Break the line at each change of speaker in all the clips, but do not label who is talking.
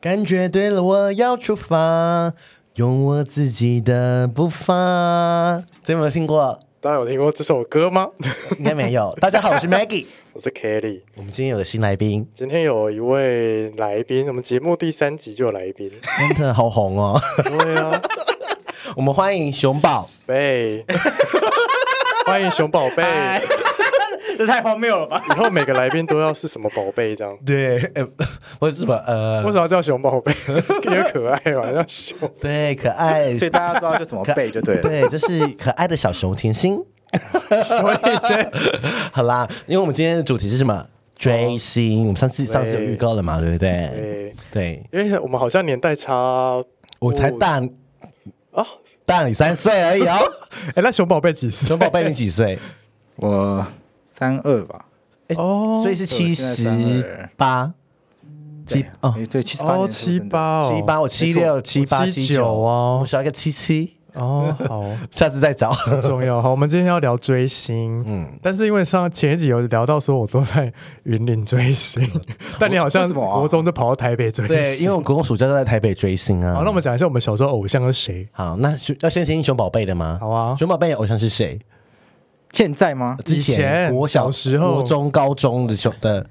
感觉对了，我要出发，用我自己的步伐。有没有听 过？
大家有听过这首歌吗？
应该没有。大家好，我是 Maggie。
我是 Kelly，
我们今天有个新来 宾，
今天有一位来宾，我们节目第三集就有来宾。
真的好红哦。
对啊，
我们欢迎熊宝。
贝，欢迎熊宝贝。
这太荒谬了吧！
以后每个来宾都要是什么宝贝这样？
对，呃，我是什么？呃
为，什么要叫熊宝贝？ 因为可爱嘛，叫熊。
对，可爱，
所以大家知道叫什么
可
贝就 对了。
对，就是可爱的小熊甜心。
所以是
好啦，因为我们今天的主题是什么？追星。我们上次上次有
对
预告了嘛，对不对？
对，
对，
因为我们好像年代差
我才
不
大哦
啊。
大你三岁而 已哦。
哎，那熊宝贝几岁？
熊宝贝你几岁？
我三二吧，
哎
哦
所以是七
对我现在
十八，七
对
哦
诶对七十八
哦
年
七
出生的，
八哦
七八，我七六七八
我
七
七
九
九哦
我少一个七七，
哦，好。
下次再找。
重要。好，我们今天要聊追星，嗯，但是因为上前一集有聊到说我都在云林追星， 但你好
为
像
什么啊
国中就跑到台北追星。
对，因为我国中暑假都在台北追星啊。
好，那我们讲一下我们小时候偶像是谁？
好，那要先听熊宝贝的吗？
好啊
熊宝贝的偶像是谁？？
现 在吗
之
以前
国小
小时候
国中、高中的熊的，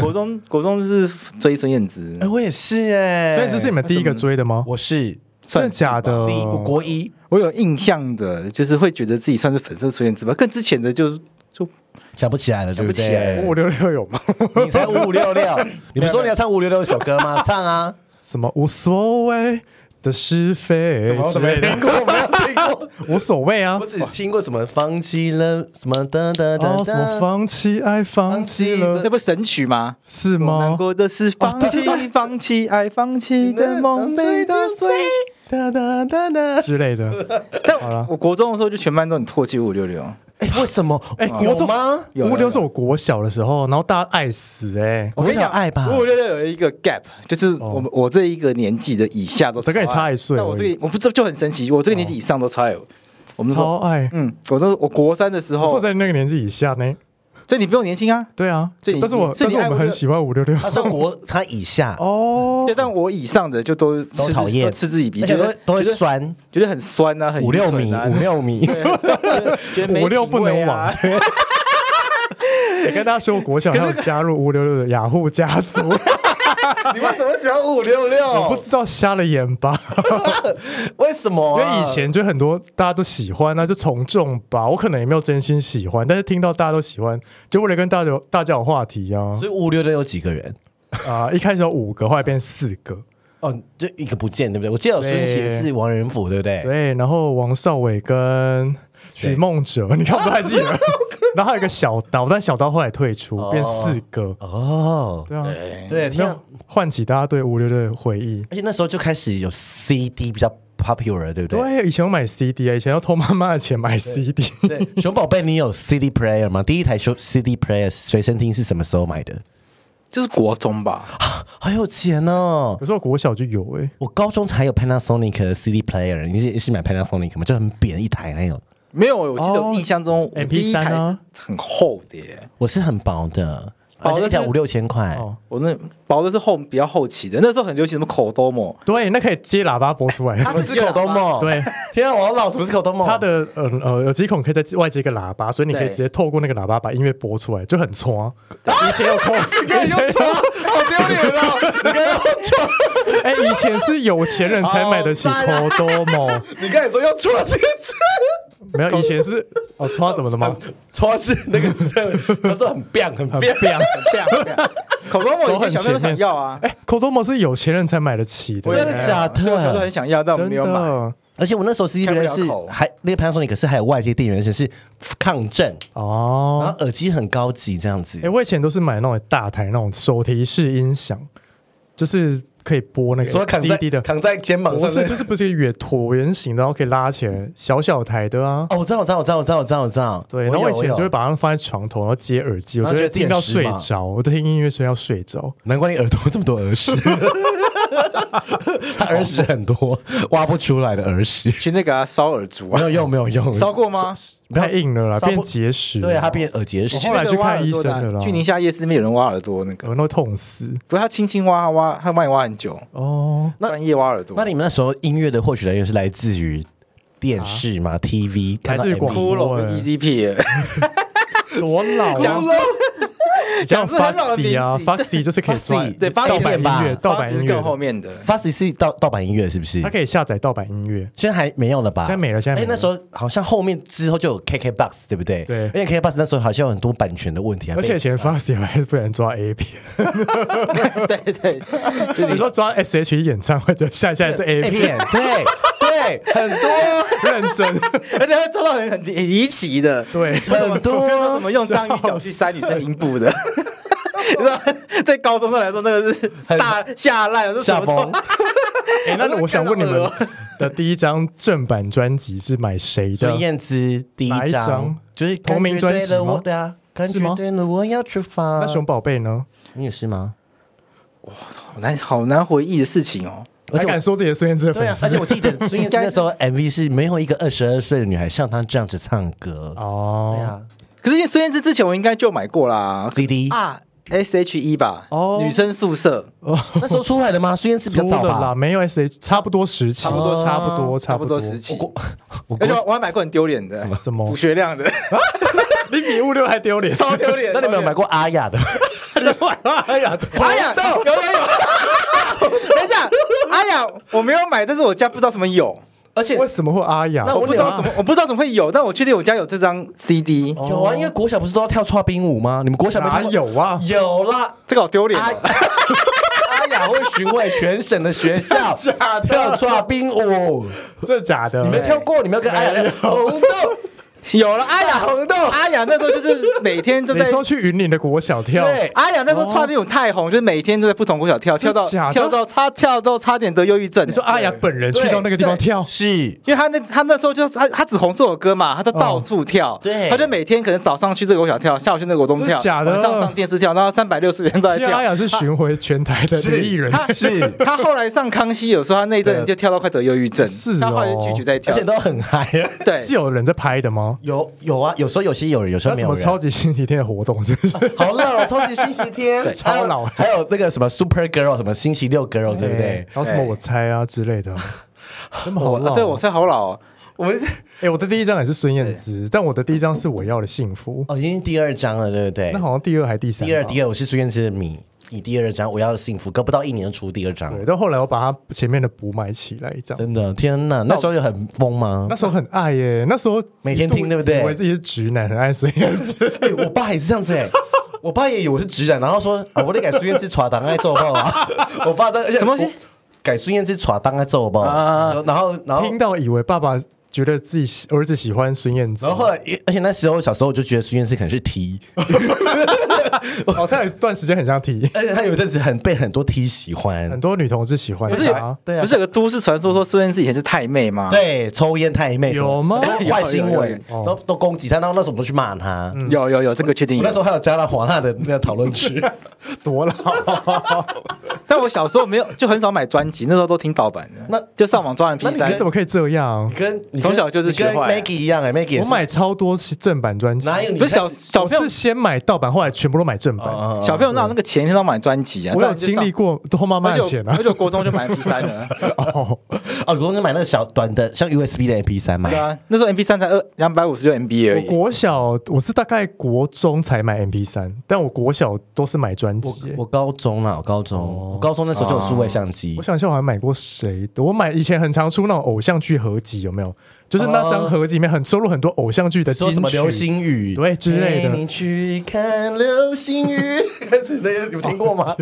国中国中是追孙燕姿
哎，，我也是哎，
所以这是你们第一个追的吗？
我是
真的假的？
第一我国一，
我有印象的，就是会觉得自己算是粉色孙燕姿吧，更之前的就就
想不起来了，对不
想不起来
对？
五五六六有吗？
你才五五六六， 你不是说你要唱五五六六首歌吗？唱啊！
什么无所谓的是非之 类的，
过？我没有听过。
无所谓啊
我。只听过什么放弃了什么的的的，
哦，什么放弃爱，放弃
放
了
弃
呃那不是神曲吗？
是
我
吗
难？过的是放
对哦对
弃，放弃爱，放弃的梦被打碎。
哒哒哒哒。
之类的，
但我国中的时候就全班都很唾弃五六六，
哎，为什么？哎，
国中
吗？
有
五五
有
六
有哦
是我国小的时候，然后大家爱死哎、
我跟你讲，爱吧。
五五六六有一个 gap，就是我们、我这一个年纪的以下都
只哦跟你
超
差一岁
但我这个我不知道就很神奇，我这个年纪以上都超爱我。我们
超
说，
爱。
嗯，我说我国三的时
我说
候，
在那个年纪以下呢，
所以你比我年轻啊，
对啊，
所以你
但是我
所以
但
你啊
是我们很喜欢五六六
他说国他以下，
哦，
对，但我以上的就都
都
嗤
讨厌
都嗤之以鼻，
而
觉
且都
得
都会
觉得
酸
觉得很酸啊，很
五六米，
愚蠢啊
五六米。
觉得没
五六不能
品味啊
玩。也跟大家说，我国小还有加入五六六的雅虎家 族，
你为什么喜欢五六
哦
我不
六？
知道瞎了眼吧？
为什
因
么
为
啊？
以前就很多大家都喜欢，那就从众吧。我可能也没有真心喜欢，但是听到大家都喜欢，就为了跟大家有大家有话题啊
所以五六六有几个人？
啊、一开始有五个，后来变四个，
哦，就一个不见，对不对？我记得有孙协志、王仁甫，对不对？
对，然后王少伟跟
谁
许梦哲， 你看我不太记 得。然后还有一个小刀，但小刀后来退出，变四个。
哦，
对啊，
对，
对
听
没
到
有唤起大家对五六六的回忆。
而且哎那时候就开始有 CD 比较 popular，对不对？
对，以前我买 CD 啊，以前要偷妈妈的钱买 CD。
对， 熊宝贝，你有 CD player 吗？第一台收 CD player 随身听是什么时候买的？
就是国中吧，
好有钱哦！
可是我国小就有哎、
我高中才有 Panasonic 的 CD player，你是是买 Panasonic 吗？就很扁一台那种，
没有，我记得我印象中我
MP3
第一台是
啊
很厚的耶。
我是很薄的，
薄
而
的
且一台
是
五六千块。
哦
我那薄的是后比较后期的，那时候很流行什么口多么，
对，那可以接喇叭播出 来。
它不是口东梦，
对，
天啊，我好老，什么是口东梦？
它的呃呃耳机孔可以在外接一个喇叭，所以你可以
对
直接透过那个喇叭把音乐播出来，就很冲。以前有空，以前有
好丢脸啊！你刚刚
哎、以前是有钱人才买得起 c o d o m o
你刚才说要戳这个字，
没有，以前是哦，穿怎么的 吗？
戳是那个字，他说很棒，很棒。
很棒。
口多
手
么
很
以前小朋友都
前面
想要啊，
哎 c o d o m o 是有钱人才买得起的，
真的假的
对我小时候很想要，但我
真
没有买。
的
而且我那时候 CD
开不
player
了
是
口
还那个 Panasonic 是还有外接电源，而且是抗震，
哦。
然后耳机很高级这样子
哎、。我以前都是买那种大台那种手提式音响，就是可以播那
说
个
扛在
CD 的，
扛在肩膀
不
上
是
的，
就是不是一个圆椭圆形的，然后可以拉起来小小台的啊。
哦，我知道，我知道，我知道，我知道，我知道，我知道。
对，然后我以
有
前就会
有
把它放在床头，然后接耳机，我
然后觉得
就会
自己
听到
很时髦
睡着，我就听音乐睡到睡着。
难怪你耳朵这么多耳屎。他耳屎很多，挖不出来的耳屎，
去那个啊烧耳烛
没
啊，
有用，没有用，
烧过吗？
太硬了啦，
烧不
变结石。
对啊，他变耳结石
我。后来去看医生
那个
的
挖耳
啦
朵的啊去宁夏夜市那边有人挖耳朵那个，
耳朵痛死
不是他轻轻挖挖，他帮你挖很久，
哦。
那
半夜挖耳朵。
那你们那时候音乐的获取来源是来自于电视吗？TV 看到
啊来自
MV
于广播
骷髅
哎
跟 EZP，耶
多老
讲
啊！像
讲出很老的
Foxy 啊
名字
，Foxy 就是可以抓
Foxy，
对，发
盗版
片
音
吧
乐，盗版
是
音
更后
乐，
面的，
Fuzzy 是盗盗版音乐是不是
它？可以下载盗版音乐。
现在还没有了吧？
现在没了现在没
哎
了
那时候好像后面之后就有 KKBox，对不对？
对
而且 KKBox 那时候好像有很多版权的问题啊，
而且以
被
前 Foxy 还是不能抓 A 片，
对对，就
你
你
说抓 S H E 演唱会就下下来是 A
A
片，
片，对对，很多
认真。
而且他抓到人很很离奇的，
对，
很多
我跟你说什么用章鱼脚去塞女生阴部的。 你知道， 对高中生来说，那个是大下烂，是什
下
么都
风。
哎，那我想问你
看到
们
了
的第一张正版专辑是买谁的
孙？燕姿第
哪
一
一
张
张
就是
同名专辑
感觉对了
吗
我对啊，感
是吗
觉对了，我要出发。
那熊宝贝呢？
你也是吗？
好难，好难回忆的事情哦。
而
还
且我
敢说自己的孙燕姿的
对
粉
啊，而且
丝？
我记得孙燕姿那时 候 MV 是没有一个二十二岁的女孩像她这样子唱歌。对
哦，
啊
可是因为孙燕姿之前我应该就买过啦
，CD
啊，S H E 吧，
哦
女生宿舍
那时候出来的吗？孙燕姿比较
输
早
了
吧
啦，？没有 S H，差 E，不多时期，差
不多
差不多，
啊差
不
不
多
多时期，
我
而且我我还买过很丢脸的，
什么
补学 亮的，
你比物流还丢 脸。
超丢脸。
那你们有买过阿雅 的？
哎呀，
阿雅有有有，等一下，阿雅我没有买，但是我家不知道什么有，
而且
为什么会阿雅？
那
我不知道什么，我不知道怎么会有，但我确定我家有这张 CD，
有啊，因为国小不是都要跳跨冰舞吗？你们国小没
哪
跳过？
有啊？
有啦，
这个好丢 脸
阿
哦。
啊阿雅会巡回全省的学 校
假的
跳跨冰舞，
真的假的？
你没跳过，你没有跟阿雅跳红豆。
有了阿雅
红豆
阿雅那时候就是每 天都
你
在。
说去云林的国小跳，
对
阿雅那时候差点太红，就是每天都在不同国小跳，
真
跳
的
到
假的
跳到差跳到差点得忧郁症。
你说阿雅本人去到那个地方跳，
是
因为他那他那时候就他他只红这首歌嘛，他就到处跳，
对
他就每天可能早上去这个我想跳，下午去那个我中
真
跳，
的假的
晚上上电视跳，然后三百六十天都在
因为阿
跳。
雅是巡回全台的女艺人，
他
是
他后来上康熙，有时候他那一阵子
对
就跳到快得忧郁症，
是哦
他后来就拒绝再
而
跳
且，都很嗨。
对
是，有人在拍的吗？
有有啊，有时候有些有人，有时候
那
没
什
有
么超
人。
级星期天的活动是不是？
好老，超级星期天，
超老
还有还有那个什么 Super Girl，什么星期六 Girl，对不对？啊
然后什么我猜啊之类的，那么好
我
老。
对我才好老哦，我们是
哎，我的第一张也是孙燕姿，但我的第一张是我要的幸福，
哦，已经第二章了，对不对
那？好像第二还第三吧，
第二，第二，我是孙燕姿的迷。你第二章，我要的幸福，隔不到一年就出第二章，
对。但后来我把它前面的补买起来，这样。
真的，天哪！那时候有很疯吗
那？时候很爱耶，那时候
每天听对不对
以为自己是直男，很爱孙燕姿。
哎，我爸也是这样子哎，我爸也以为我是直男，然后说啊，我得改孙燕姿耍当爱揍爆啊！我爸在
什么东西？
改孙燕姿耍当爱揍爆
啊
然后然后
听到以为爸爸觉得自己喜儿子喜欢孙燕姿，
然后后来，而且那时候小时候我就觉得孙燕姿可能是 T，
哦，他有一段时间很 像 T，
而且她有一阵子很被很多 T 喜欢
很，多女同志喜欢
不是
他，
对啊，
不是有个都市传说说孙燕姿以前是太妹吗？，
对抽烟太妹什么
有哦嗯吗
都坏新
有有有
闻
有
都都攻击她，然后那时候我们都去骂她。
有有有这个确定
我那时
有，
候还有加了黄娜的那个讨论 区，
多老。
但我小时候没有，就很少买专辑，那时候都听盗版的，
那
就上网抓 MP
那
你
三
哎怎。么可以这样
你？跟你
从小就是
你跟
学坏啊
Maggie 一样哎，Maggie 也
我
是
买超多正版专辑，
哪有你
不是小
在
小
我
朋友
是先买盗版，后来全部都买正版。
啊
小朋友那那个钱天都买专辑啊，
我有
但就上
经历过偷妈妈
而
的
且
钱
我
啊
而！且我国中就买 MP 三了，
哦，
哦，你公司买那个小短的像 USB 的 MP 三嘛
对？啊，那时候 MP 三才二两百五十六 MB 而
我
已。
国小我是大概国中才买 MP 三，但我国小都是买专辑耶。
我高中啦，我高
哦
中，我高中那时候就有数位相机
我，想一下，我还买过谁的？我买以前很常出那种偶像剧合集，有没有？就是那张合集里面很收录很多偶像剧的金
哦说
曲，
什么流星雨
对之类的
陪你去看流星雨， 开始那个你们听过 吗？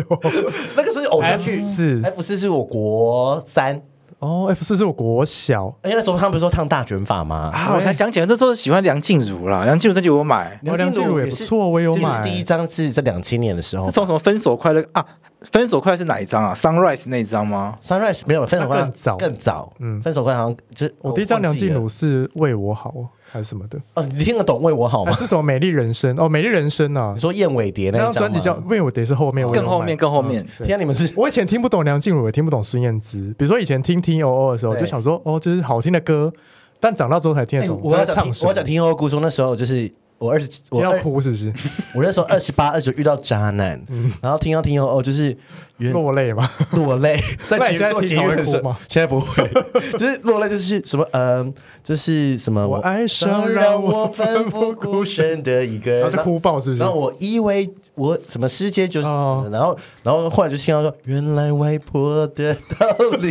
那个是偶像剧
F4
F 四是我国三，
哦，F 四是我国小，
而且那时候他们不是说烫大卷发吗？
啊，我才想起来，那时候喜欢梁静茹啦，梁静茹专辑我有买，
梁静茹也不
是
错我有买
就是第一张是在两千年的时候
哦
是，从什么分手快乐啊，分手快乐是哪一张啊？Sunrise 那一张吗？
Sunrise 没有分手快
那更早
更早，
嗯
分手快好像就是
我第一张梁静
哦忘记了
茹是为我好还是什么的，
哦，你听得懂为我好
还
吗？
是什么美丽人生哦，美丽人生啊
你，说燕尾蝶那
那
一
张专辑
吗哦
叫《为我得》是后哦面，我有
更后面，
买
更后面。
对
天啊，你们是
我以前听不懂梁静茹，也听不懂孙燕姿。比如说以前听 T O O 的时候，
对
就想说哦，就是好听的歌，但长大之后才听得
哎
懂
我要
她
讲
在唱
听，
什
我
么
要。讲听后姑说，那时候就是我二十，我哎
要
二
哭是不 是？
我那时候二十八、二九遇到渣男，然后听到听后哦，就是原
落泪吗？
嗯落 泪，在
那
节
你现在
做
听
节
还
目
会
的时
哭
候
吗，
现在不会， 就是落泪，就是什么呃，就是什么
我爱上让
让
我
我奋不顾身的一个人，
然后就哭爆是不是
然后我以为我什么世界就是，
哦
然后然后后来就听到说，原来外婆的道理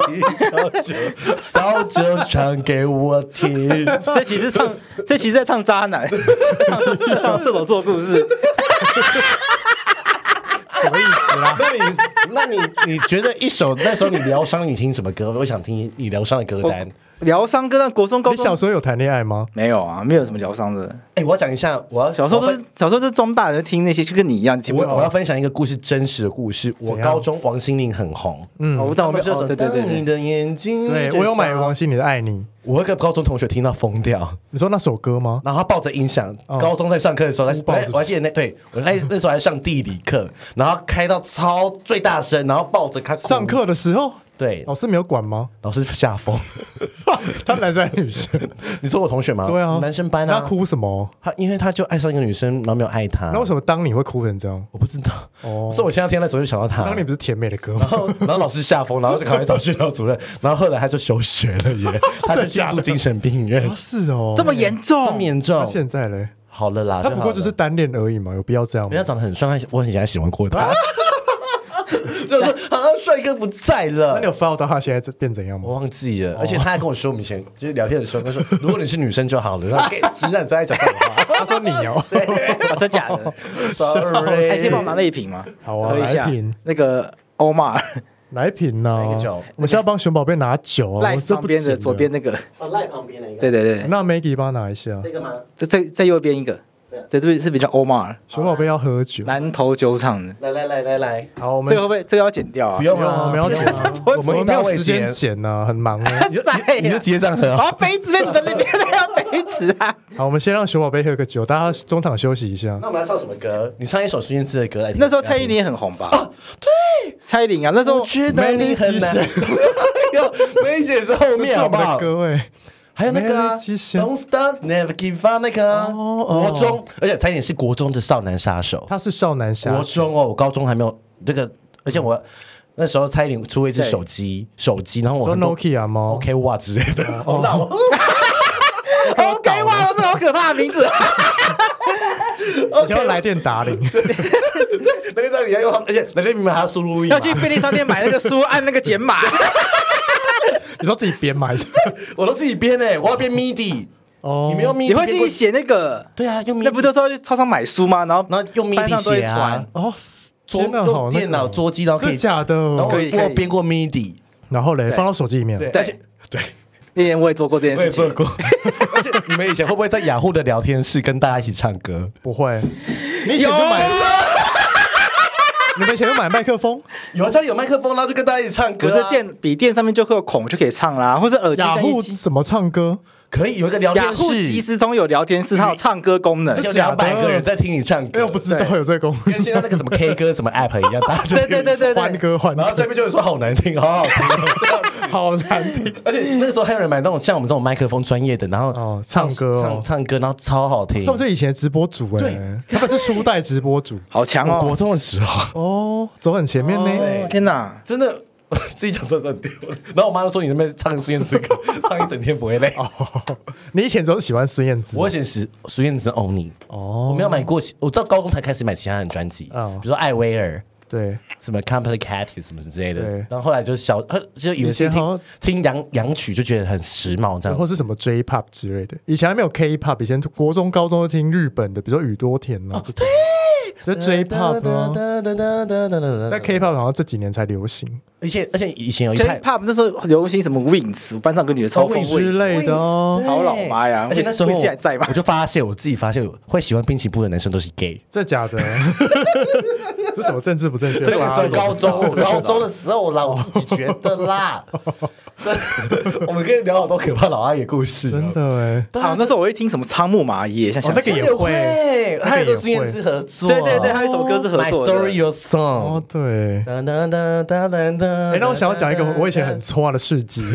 早就 早就唱给我听。
这其实唱，这其实在唱渣男， 唱在唱射手座故 事。
什么意思啦？
那你那你你觉得一首那时候你疗伤，你听什么歌？我想听你疗伤的歌
我
单。
疗伤跟那国中、高
你小
中
时候有谈恋爱
嗯
吗？
没有啊，没有什么疗伤的。
哎、我要讲一下，我要
小时候都是小时候就是装大人听那些，就跟你一样听不
我我
懂
要。分享一个故事，真实的故事。我
怎样
高中王心凌很红，
嗯，我但我
他们
没
就
有。
是
哦对对
当你
对对，
的眼睛。
对我有买
啊
王。心凌的《爱你》，
我有一个高中同学听到疯掉，
你说那首歌吗？
然后他抱着音响，
哦
高中在上课的时候，
哭
我
爆
还
是不是
我还记得那对我那那时候还上地理课，然后开到超最大声，然后抱着他哭
上课的时候，
对
老师没有管 吗？
老师吓疯。
他们男生还是女生？
你说我同学吗？
对啊，
男生班啊，
那哭什么？
他因为他就爱上一个女生，然后没有爱她。
那为什么当你会哭成这样？
我不知道，
哦
所以我现在听那时候就想到她。
当你不是甜美的歌吗
然？后，然后老师吓疯，然后就赶快找训导主 任，然后后来他就休学了耶，他就进入精神病院
啊，，是哦，
这么严
这
重
么，严
那
重。
现在嘞？
好了啦，
他不
好
过
了
就是单恋而已嘛，有必要这样
人
吗
家？长得很帅，他我很想喜欢过 他，就是好像帅哥不在
那
了
你。有哦 follow 到他现在这变怎样吗
我？忘记了，而且他还跟我说，我们以前就是聊天的时候，他 说如果你是女生就好了，然后给直男最爱讲这种话。
他说你 哦，
啊 真假的？哎，可以帮
Sorry，
我拿那一瓶吗？
好啊
喝一下
来一瓶
那个欧玛尔
哪一瓶呢？
哪一个酒
我们现在帮熊宝贝拿酒啊，
赖
我这
旁
不
边的
行
左边。那个，
哦，赖旁边那个，
对对对，
那 Maggie 帮他拿一下，
这个啊吗？
这这在右边一个，对，这边是比较欧玛尔
熊宝贝要喝酒。
南头酒厂的，
来来来来来，
好，我
这
们
个会不会这个要剪掉啊
不？用
不用
啊，
啊，没有 钱啊，我们没有时间剪呢，很忙 啊。
你就你你就直接这样喝啊。
好，杯子杯子在那边，那要杯子啊！
好，我们先让熊宝贝喝个酒，大家中场休息一下
那。我们要唱什么歌？你唱一首孙燕姿的歌来听。
那时候蔡依林很红吧？对，蔡依林啊，那时候
我知道你很难
美 丽。
有梅姐是后
这是
面好
我
不
们的
好？
歌哎，
还有那个啊
美丽极限
Don't Stop Never Give Up 那个啊
哦哦
国中，而且蔡依林是国中的少男杀手。
他是少男侠
国，中哦，我高中还没有这个，而且
嗯
我那时候蔡依林出了一只
对
手机，手机，然后我
说
很多
Nokia 吗哦
OK 哇之类的，
哎 OK 哇，这好可怕的名 字，
以前会来电打铃，
那天在你要用他们，而且那天明明还要输入密码
要，去便利商店买那个书，按那个解码。
你说自己编码还是？
我都自己编诶，我要编 MIDI，
哦
你们用 MIDI，
你会自
编过
己？写那个？
对啊，用 MIDI，
那不都说去超商买书吗？然后
然后用
班
MIDI
上都会
写啊
传。，
哦，
桌
天哪好
用
那个
电脑桌机，然后可
真
以
的假的？
然后我
可以可以
我有编过 MIDI，
然后嘞，放到手机里面。
对，
对
而且对，
那年我也做过这件
我也
事
做
情，
过。 而且你们以前会不会在雅虎的聊天室跟大家一起唱歌？
不会，你以前就买，
啊
你们以前就买麦克风，
有啊，家里有麦克风，然后就跟大家一起唱歌
不是
啊。
电笔电上面就会有孔就可以唱啦，或者耳机
雅
加一
虎
起。
怎么唱歌？
可以有一个聊
雅
天
虎即
室，
时通有聊天室，它有唱歌功能。
就
假的
两百个人在听你唱
哎，
歌。
我不知道有这个功能。
跟现在那个什么 K 歌什么 App 一样，大家 就
对对对对
欢
对，
歌欢歌
然后下面就有人说好难听，好好听哦。这 样
好难听
而且那个时候还有人买那种像我们这种麦克风专业的，然后
嗯哦，唱歌
唱
哦，
唱歌，然后超好听。
他们是以前的直播主哎
对，
他们是初代直播主
好强
我国
哦！
中的时候，
哦，走很前面呢。
哦天哪，
真的 自己讲说真的丢了。然后我妈就说你那边唱孙燕姿 歌，唱一整天不会累。
哦你以前总是喜欢孙燕姿，
我以前是孙燕姿 only，我
哦，
没有买过其，我到高中才开始买其他人专辑，
嗯
比如说艾薇儿。
对，
什么 complicated 什么什么之类的
对，
然后后来就小，呃就有一些
以前好
听听
像
洋洋曲就觉得很时髦这样
或，是什么 J pop
哦
之类的。以前还没有 K pop，以前国中、高中都听日本的，比如说宇多田啊，这种就 J-pop 啊。但
那
K-pop 好像这几年才流行
而且而且以前有一派
J-pop 那时候流行什么 Wings，我班上跟女的超疯
哦
之
Wings，
类的哦，
好老妈呀
而且那时候
Wings 还在吗
我就发现我自己发现我会喜欢滨崎步的男生都是 gay。
这 假的？这什么政治不正确？
这个
大家
是
都
高
不知道
中，我高中的时候啦，我自己觉得啦。真的， 我们可以聊好多可怕老阿姨的故事。
真，的哎，
对啊
好，那时候我会听什么仓木麻衣，像
哦那个也会
会，
那个也会
还有跟孙燕姿合作。啊
对对对，还有一首歌是合
My
作的。
Story Your
哦
Song。
对。
哒哒哒哒哒哒。
哎、让我想要讲一个我以前很挫的事迹。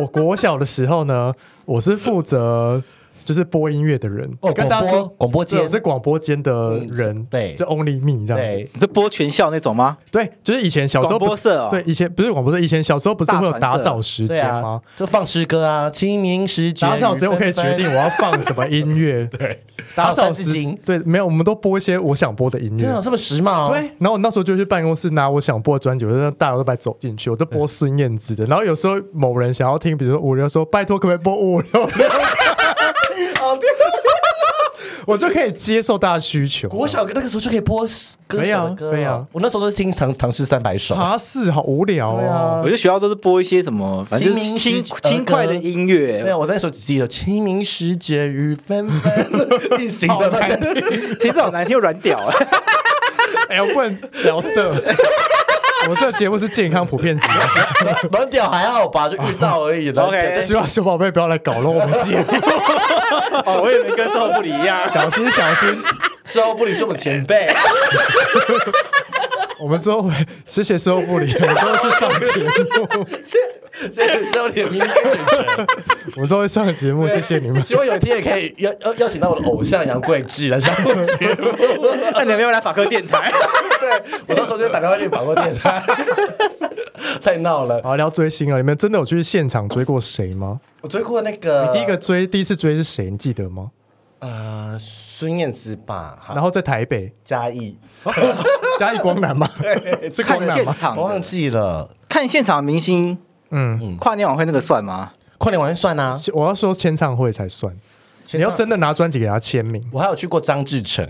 我国小的时候呢，我是负责就是播音乐的人，
哦
跟大家说
广播广播间
对我是广播间的人，
嗯对
就 Only Me 这样子。
对，
你是播全校那种吗？
对，就是以前小时候不是
广播社哦
对，以前不是广播社，以前小时候不是会有
大传
打
社
扫时
对
间
啊
吗？，
就放诗歌啊，清明时节。
打扫时间我可以决定我要放什么音乐，对，打
还有
扫
三字
时
经
对，没有，我们都播一些我想播的音乐，
真的有啊这么时髦？
对，，然后我那时候就去办公室拿我想播的专辑，我就让大摇大摆走进去，我就播孙燕姿的。然后有时候某人想要听，比如说五六，说拜托可不可以播五六六，
好听。
我就可以接受大家需求。
国小那个时候就可以播歌
可以
手
啊
的歌哦
可以啊
我那时候都是听唐唐诗三百首。
爬四好无聊
对啊
哦，
我觉得学校都是播一些什么，反正就是
清
轻
明时
轻快的音
对
乐
啊，。我那时候只记得“清明时节雨纷纷”， 一行的那 个
听这好难听又软屌啊！
哎呀，不能聊色。 我这个节目是健康普遍级啊的，
软 软屌还好吧，就遇到而已。软屌
OK
就是
希望熊宝贝不要来搞乱我们节目，
哦，我以为跟受不一样。
小心小心。
事后不理是我们前 辈，
我们之后会谢谢收不理，我们之后去上节 目，
所以收敛明显。
我们之后会上节目，谢谢你们。
希望有一天也可以邀邀邀请到我的偶像杨贵志来上我节目。
那你有没有来法科电台？
对我到时候就打电话去广播电 台，太闹了。
好，聊追星啊，你们真的有去现场追过谁吗？
我追过那个
第一个追第一次追是谁？你记得吗？
呃孙燕姿吧，然
然后在台 北
嘉义，
嘉义光 南吗？是
看
光南
现
吗？
我
场
忘
的，
记了。
看现场明星
嗯，
跨年晚会那个算吗？
跨年晚上算啊，
我要说签唱会才算，你要真的拿专辑给他签名
我还有去过张志成。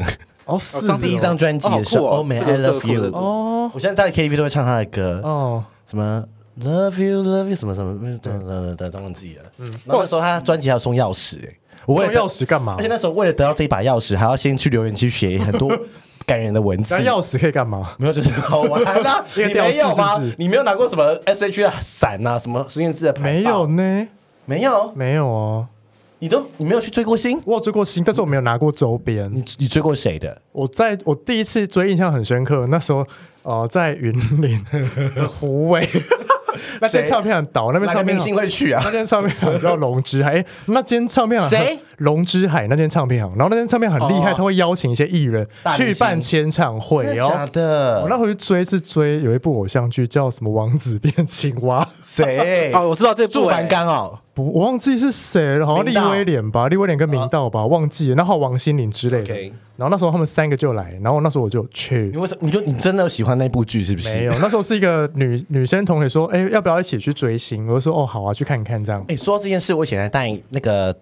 哦，是
上第一张专辑的时候，
哦好酷哦
欧美
这
I
个这个
Love
酷这
You
个酷
哦，我现在在 KTV 都会唱他的歌，
哦，
什么 Love You Love You 什么什么等等等等等忘记了。嗯，然后那时候他专辑还有送钥匙，哎，我为
送
了
钥，匙干嘛
而？且那时候为了得到这一把钥匙，还要先去留言区学很多感人的文 字
拿。钥匙可以干嘛？
没有，就是好玩 啊！
一
你
个吊饰
没有吗
是不是？
你没有拿过什么 S H 的伞啊，什么孙燕姿的牌
没有
坊，
呢，
没有，
没有哦。
你都你没有去追过星？
我有追过星，但是我没有拿过周边
你。你追过谁的？
我在我第一次追印象很深刻，那时候呃在云 林湖尾，那间
谁
唱片行倒，那边
哪个
唱片
明
行
星会去啊
那？间唱片行叫龙之海，哎那间唱片行
谁？
龙之海那间唱片行，然后那间唱片很厉害，
哦
他会邀请一些艺人
大明
去
星
办签唱
真
会
的
哦。
假的？
我那回去追是追有一部偶像剧叫什么《王子变青蛙》，
谁？
哦，我知道这
哎
部
住
欸
板港哦，
不，我忘记是谁了，好像
明
立
道
威廉吧，立威廉跟明道吧，忘记了，然后王心凌之类的。
OK
然后那时候他们三个就来，然后那时候我就有去
你。为什么？你就你真的有喜欢那部剧是不是？
没有，那时候是一个女女生同学说，哎、要不要一起去追星？我就说，哦，好啊，去看看这样。
哎、说到这件事，我以前在带那个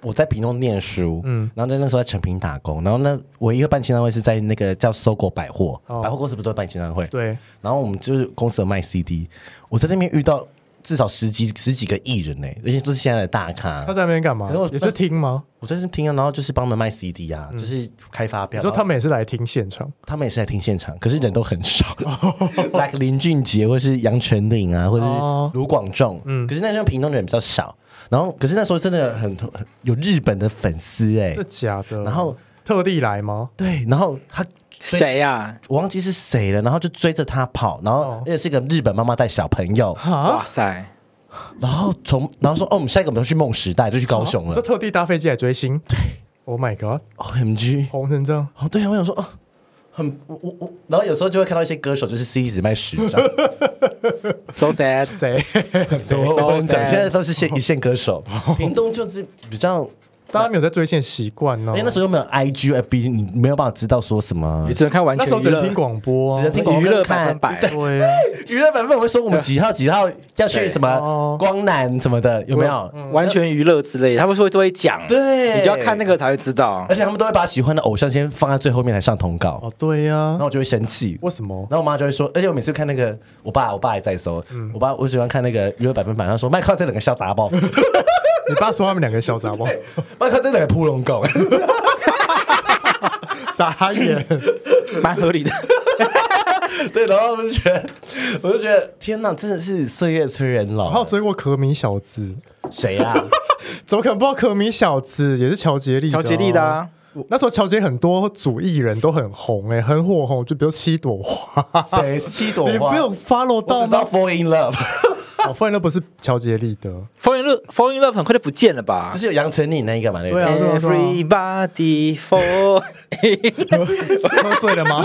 我在屏东念书，嗯，然后在那时候在成品打工，然后呢，我一个办签唱会是在那个叫搜狗百货，
哦
百货公司不是都会办签唱会？。
对，
然后我们就是公司有卖 CD，我在那边遇到至少十几十几个艺人呢、而且都是现在的大咖
他。在那边干嘛
可是我？
也是听吗？
我在那边听啊，然后就是帮他们卖 CD 啊，就是开发
嗯你
票。
说
然后
他们也是来听现场，
他们也是来听现场，可是人都很 少、l i k e 林俊杰或是杨丞琳啊，或者
哦
是卢广仲，嗯，可是那时候屏东的人比较少，然后可是那时候真的很很有日本的粉丝哎、
这假的？
然后
特地来吗？
对，然后他追
谁呀？
我忘记是谁了，然后就追着他跑，然后
哦
而且是个日本妈妈带小朋友，
哈
哇，塞，
然后从然后说哦，我们下一个我们要去梦时代，就去高雄
这
了
特地搭飞机来追星？对，Oh my god，
，O M G，
红成这样，
哦，对啊，我想说，哦，很我我我，然后有时候就会看到一些歌手就是 CD 只卖十张，
So sad，
谁？
我我不能讲，现在都是线一线歌手。屏东就是比较
大家没有在追线习惯哦呢
因为。哎那时候又没有 IG、FB，你没有办法知道说什么
你。只能看完
那
全
时候只
娱
能
乐
听广播啊
只能，听广播
娱乐
跟看
百分百，
对啊，
娱乐版本我们说我们几号几号要去什么
哦
光南什么的，有没有？
嗯完全娱乐之类的，他们是会都会讲，
对
你就要看那个才会知道
而。且他们都会把喜欢的偶像先放在最后面来上通告，
哦对呀
然后，我就会生气。
为什么
然？后我妈就会说，而且我每次看那个，我爸，我爸也在收，
嗯
我爸我喜欢看那个娱乐百分百，他说麦克这两个小杂包，
你爸说他们两个小杂包，
麦克这两个扑龙狗，
傻眼。
蛮合理的。
对，然后我就觉得，我就觉得天哪，真的是岁月催人
我还有
老，
追过可米小子，
谁 呀、啊？
怎么可能不知道可米小子也是乔杰利的啊？
乔杰利的啊
那时候乔杰很多主艺人都很红哎、很火红，就比如七朵花，
谁七朵
你
花？
没有 follow
我只
到
知道
吗？
Fall in Love，
哦，范乐不是乔杰利的，
风云乐，风云乐很快就不见了吧
就？是有杨丞琳那一个嘛，对不对
对啊？
Everybody for，
喝醉了吗？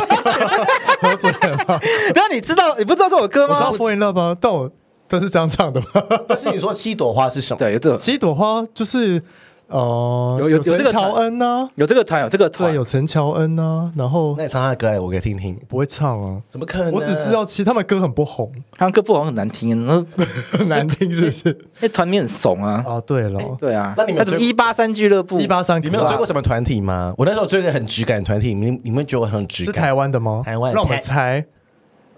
喝醉了吗？
那你知道你不知道这首歌
我知道《
吗？
Fall in Love》吗？但我都是这样唱的吗？
但是你说七朵花是什么？
对，有这
七朵花就是呃，
有有有这
陈
个
乔恩呐、
有这个团，有这个团
对，，有陈乔恩呐、然后
那你唱他的歌来，我给听听。
不会唱啊。
怎么可能？
我只知道，其实他们歌很不红，
他们歌不好像很难听，那
很难听，是不是？
那团名很怂啊。
哦
啊，对了，
对啊，
那你们
那怎么一八三俱乐部？
一八三，
你们有追过什么团体吗？我那时候追一个很直感的团体，你们你们觉得我很直
是
感？
台湾的吗？
台湾
让我们
台
猜，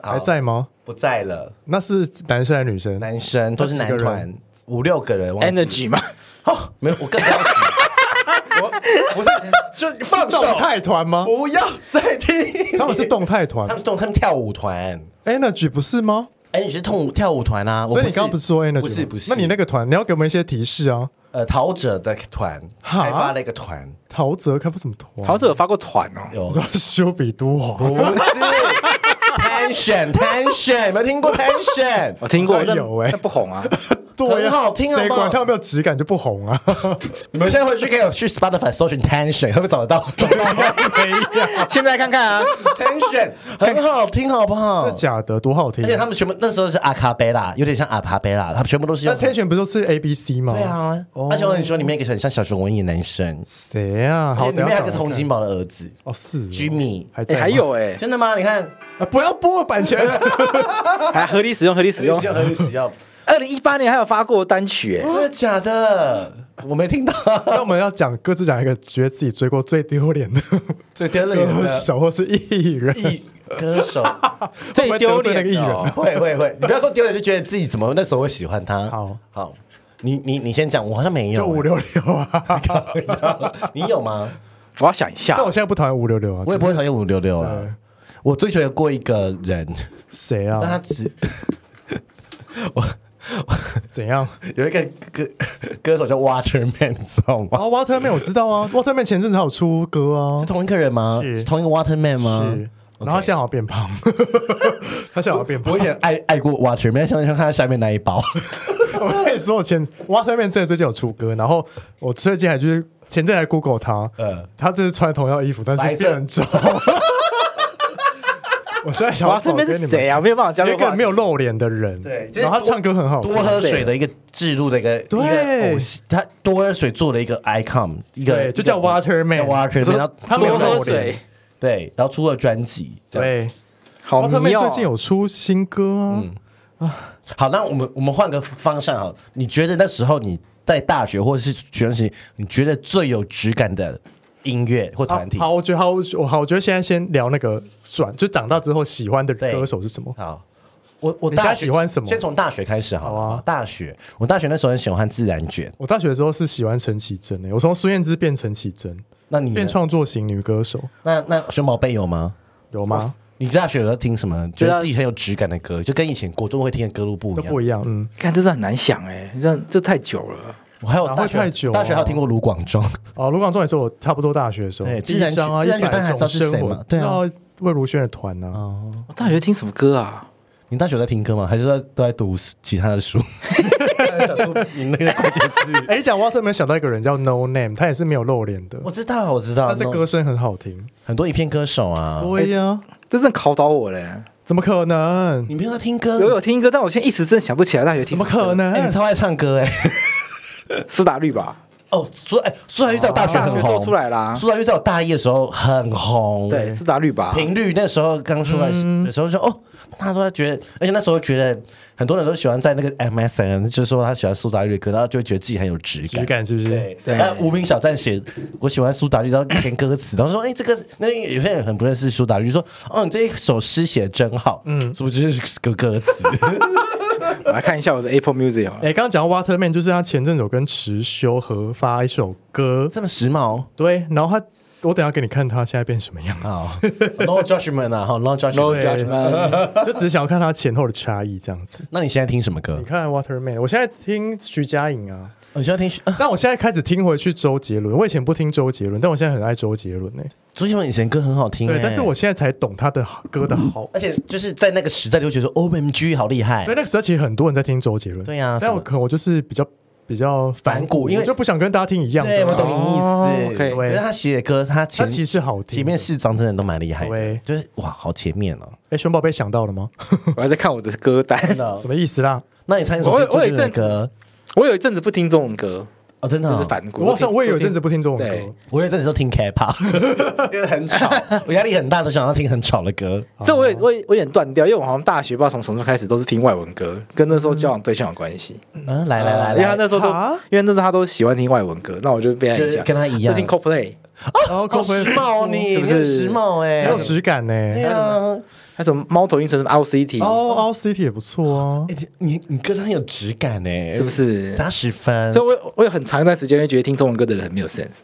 好
还在吗？
不在了？
那是男生还是女生？
男生都是男
那几个
团
人，
五六个人。忘记
Energy 嘛，
哦，没有，我更高级。 我不是，就放手
动，态团吗？
不要再听。
他们是，动态团
他们是动，他们跳舞团。
，Energy 不是吗？
哎，你是跳舞跳舞团啊？
所以你刚刚不是说 Energy？
不是
吗
不是。
那你那个团，你要给我们一些提示啊。
呃，陶喆的团
哈
开发了一个团，
陶喆开不什么团？
陶喆有发过团哦。
有
你说修比都华，
不是 tension tension，有没有听过 tension？
我听过，
好像
但
有欸
但 不红啊。
对呀，
很好听好不好哦
谁管他有没有质感就不 红啊？
你们现在回去可以去 Spotify 搜寻 tension，会不会找得到
没有，
现在看看啊，
tension？很好听，好不好
这？假的，多好听啊
而！且他们全部那时候是阿卡贝拉，有点像阿卡贝拉，他们全部都是
那
用
Tension 不就是 A B C 吗？哦
对，啊，而且我跟你说，里面一个很像小熊维尼的男生，
谁啊？好，
而且里面还有一个是洪
等一下
金宝的儿子
找来看哦，是哦
Jimmy。
还在
哎，
吗
还有 哎，
真的吗？你看，
啊不要播 版权，
还合理使用，合理使
使用哦
用。
合理使 用，
二零一八年还有发过单曲
哦
哎，
真的假的？我没听到，
那我们要讲各自讲一个觉得自己追过最丢 脸的
最丢脸
歌
的
手或是艺人，
艺歌手，
最丢
会不会得罪那
脸
个艺啊
的
人
哦。
会会会，你不要说丢脸，就觉得自己怎么那时候会喜欢他。
好
好，你你你先讲，我好像没有、
就五六六啊。
你有吗？
我要想一下
但，我现在不讨厌五六六啊
我，也不会讨厌五六啊六了。我追求过一个人，
谁
但他
啊？
只
怎样？
有一个歌歌手叫 Waterman，你知道吗？
啊，Waterman 我知道 啊，Waterman 前阵子还有出歌啊
是，同一个人吗？
是
是嗯同一个 Waterman 吗？
是。然后他现在好像变胖， 他现在好像变胖
我以。前爱爱过 Waterman，想想看他下面那一包，
我跟你说，我前 Waterman 真的最近有出歌，然后我最近还去前阵子还 Google 他，
嗯
他就是穿同样的衣服，但
白
是
色
变很丑。 我现在想要
哇，这边是谁
啊？
啊？没有办法加入
有一
话
个
题。
没有露脸的人，
对就是
然后他唱歌很好听，
多喝水的一个制度的一个
对
一个偶像他多喝水做的一个 icon，一个
对就叫 Waterman
叫 Waterman，然后
他没有
多
露
喝
脸
水，
对，然后出了专辑，这样
对。
好迷
Waterman
哦。
最近有出新歌啊，
嗯好，那我们我们换个方向好了，你觉得那时候你在大学或者是学生时期，你觉得最有质感的音乐或团体？
好，好我觉得好，我好，我觉得现在先聊那个转，就长大之后喜欢的
对
歌手是什么？
好我我
你现在
大学
喜欢什么
先从大学开始好了。
好啊
大学，我大学那时候很喜欢自然卷。
我大学的时候是喜欢陈绮贞的，我从孙燕姿变陈绮贞，
那你呢
变创作型女歌手，
那那熊宝贝有吗？
有吗？
你大学有在听什么？觉
对
得
啊
自己很有质感的歌，就跟以前国中会听的歌路不一
都
样。
不一样，嗯，
看，真的很难想哎，这这太久了。
我还有
哪
大
会
学
太久啊
大学还有听过卢广仲，
哦，卢广仲也是我差不多大学的时候，
对
第
自
一
然
张啊，
自然
一
卷大家
百
还知道
种
是谁
生活
嘛，对啊哦
知道魏如萱的团啊，
我大学听什么歌啊？
你大学有在听歌吗？还是在都在读其他的 书？ 想说你那个关键字，
哎，你讲 Waterman 想到一个人叫 No Name，他也是没有露脸的，
我知道，我知道，
但是歌声很好听，
很多一片歌手啊，
对呀，
这真的考倒我嘞！
怎么可能？
你没有在听歌，
我有听歌，但我现在一时真的想不起来大学听
怎
什
么
么歌。
可
哎，你
能？
超爱唱歌哎，
苏打绿吧？
哦，苏哎，苏打绿在我大学
啊
大
很
学
红，
做出来啦
苏打绿在我大一的时候很红，
对，苏打绿吧，
频率那时候刚出来的时候就、哦，大家都在觉得，而且那时候觉得很多人都喜欢在那个 MSN，就是说他喜欢苏打绿的歌，然后就会觉得自己很有质
质
感。
感是不是？
对，
对
然后无名小站写我喜欢苏打绿，然后填歌词，然后说哎、这个那有些人很不认识苏打绿，就说哦你这一首诗写得真好，嗯，是不是就是个歌词？
我来看一下我的 Apple Music 好了
哎，刚刚讲到 Waterman，就是他前阵子有跟池修合发一首歌，
这么时髦
对，然后他，我等一下给你看他现在变什么样，
啊、n o judgment 啊，哈，no
，No
judgment。
Judgment，
就只是想要看他前后的差异这样子。
那你现在听什么歌
你？看 Waterman，我现在听徐佳莹啊，
你现在听啊
但我现在开始听回去周杰伦，我以前不听周杰伦，但我现在很爱周杰伦呢、欸
朱建文以前歌很好听、
对
欸，，
但是我现在才懂他的好歌的好。
而且就是在那个时代就觉得说 O M G 好厉害
对，，那个时候其实很多人在听周杰伦，
对啊
但
什
我
么
可能我就是比较比较
反骨因为
我就不想跟大家听一样的。
对，我懂你意思。
哦
，OK
可是他写的歌，他前
他其实好听。
前面四张真的都蛮厉害的
对，
就是哇，好前面哦，
哎，熊宝贝想到了吗？
我还在看我的歌单。
真的哦。
什么意思啊啦？
那你猜一首
我
周
有我
杰
有一
伦的
阵子
歌
我有一阵子不听这种歌，
哦，真的
就
哦
是。反骨。
我好像我也有一阵子不
不
听这种
对
歌。
我有一阵子都听 K-pop，因为很吵，我压力很大，都想要听很吵的歌。
听，这我也我也我有点断掉，因为我好像大学不知道从什么时候开始都是听外文歌，跟那时候交往对象有关系。
嗯，来来来
因为他
来，
那时候都
啊，
因为那时候他都喜欢听外文歌，那我就被他影
就是
响，
跟他一样
就听 Coldplay，
然后
好时髦哦，你
是不
你
是
很时髦哎
很，有质感呢。
对啊，
还有什么猫头鹰城什么 Out City，、
哦，All City 也不错啊。
哎你你歌很有质感哎，
是不是？
加十分
所以？我有我有很长一段时间会觉得听中文歌的人很没有 sense。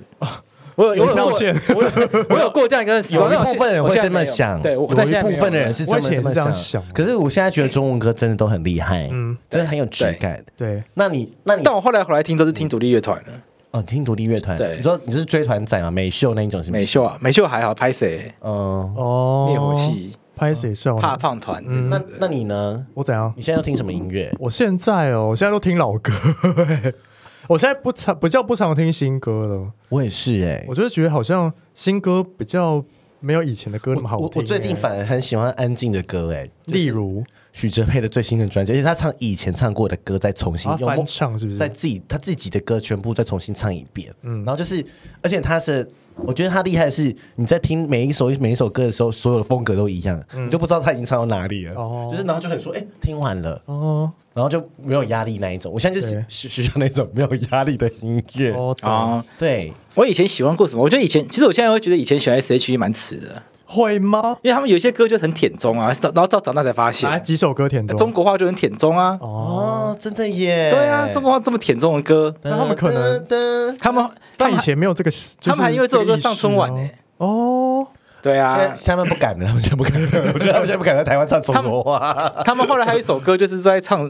我 哎有，我有
请道歉
过，我有我有过这样一个时
有
光，
一
但我
部
现
分人
我
会
现在
这么
没有
想，
对，我但
有
现
一
在没
部
有
分的人是这
我
么
以前也
这
是
么
这样
想
想，
可是我现在觉得中文歌真的都很厉害，嗯
嗯，
真的很有质感。
对，
那你那你
但我后来回来听都是听独立乐团的，
哦，你听独立乐团，
对
你说你是追团仔嘛，美秀那一种是不
美
是？
秀啊，美秀还好，拍谁？
嗯，
哦，
灭火器、
拍谁少
哦
怕
年？
胖团，
那
那
那你呢？
我怎样？
你现在都听什么音乐？
我现在哦，我现在都听老歌、欸，我现在不常比较不常听新歌了。
我也是哎，
我就是觉得好像新歌比较没有以前的歌那么好听、
我我最近
欸
反而很喜欢安静的歌哎，
例如
许哲佩的最新的专辑，而且他唱以前唱过的歌再重新
啊
用
翻唱是不是
在自己他自己的歌全部再重新唱一遍，嗯，然后就是，而且他是，我觉得他厉害的是，你在听每一首每一首歌的时候，所有的风格都一样，你就不知道他已经唱到哪里了，
嗯哦
就是然后就很说，哎、听完了，
哦
然后就没有压力那一种，我现在就是
对
是需要那种没有压力的音乐，
哦啊，
啊，
对，
我以前喜欢过什么？我觉得以前，其实我现在会觉得以前喜欢 S.H.E 蛮迟的，
会吗？
因为他们有一些歌就很舔中啊，然后到长大才发现
来，几首歌填中
中国话就很舔中
啊
啊。
哦，哎真的耶，
对啊，中国话这么舔中的歌，
噔，
那他们可能
噔，
他们他
但
们
以
还
前没有这个，就是
他们还因为这首歌上春晚
这个意识
欸
哦哦，
对
现在
啊，
下面不敢了，他们现在不敢了，我觉得他们现在不敢在台湾唱中国话。
他们后来还有一首歌就是在唱。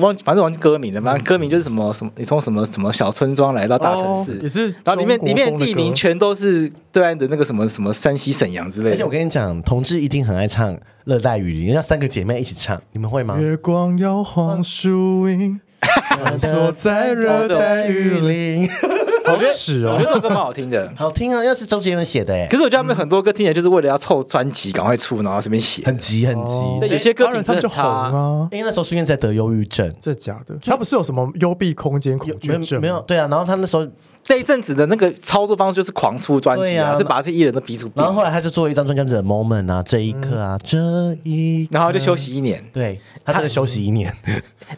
忘反正忘记歌名了，反正歌名就是什么什么，你从什么什么小村庄来到大城市，
哦也是
然后里面
中国
里面
风的
地名
歌
全都是对岸的那个什么什么山西沈阳之类
而且我
的。
跟你讲，同志一定很爱唱《热带雨林》，要三个姐妹一起唱，你们会吗？
月光摇晃树 影，穿梭在热带雨林，
林，，
好耻
我
哦
觉得！这首歌蛮好听的
好听啊！要是周杰伦写的，哎
可，是我觉得他们很多歌听起来就是为了要凑专辑，赶快出，然后随便写。
很急很
哦
急。
对有些歌
当然
品
他
质
们就
很
红
差啊
啊，
因为那时候苏燕在得忧郁症，
这假的？他不是有什么幽闭空间恐
有
惧
没有
症？
没有，对啊。然后他那时候，
那一阵子的那个操作方式就是狂出专
对
辑
啊
啊，是把这些艺人都逼出病
然，后后来他就做了一张专辑叫《The Moment》啊，这一刻啊，这一刻
然后就休。息一年。
对他真的休息一年，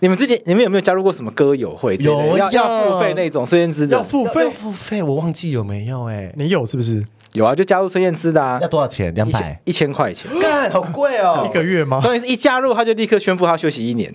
你们之前你们有没有加入过什么歌友会之类的？
有
要要
有
付费那种孙燕姿的
要付
要要
费？
付费，我忘记有没有哎，
你有是不是？
有啊，就加入孙燕姿的啊
要，多少钱？两
一
百
千，一千块钱。
干好贵哦，
一个月 吗？
当然是一加入他就立刻宣布他休息 一年，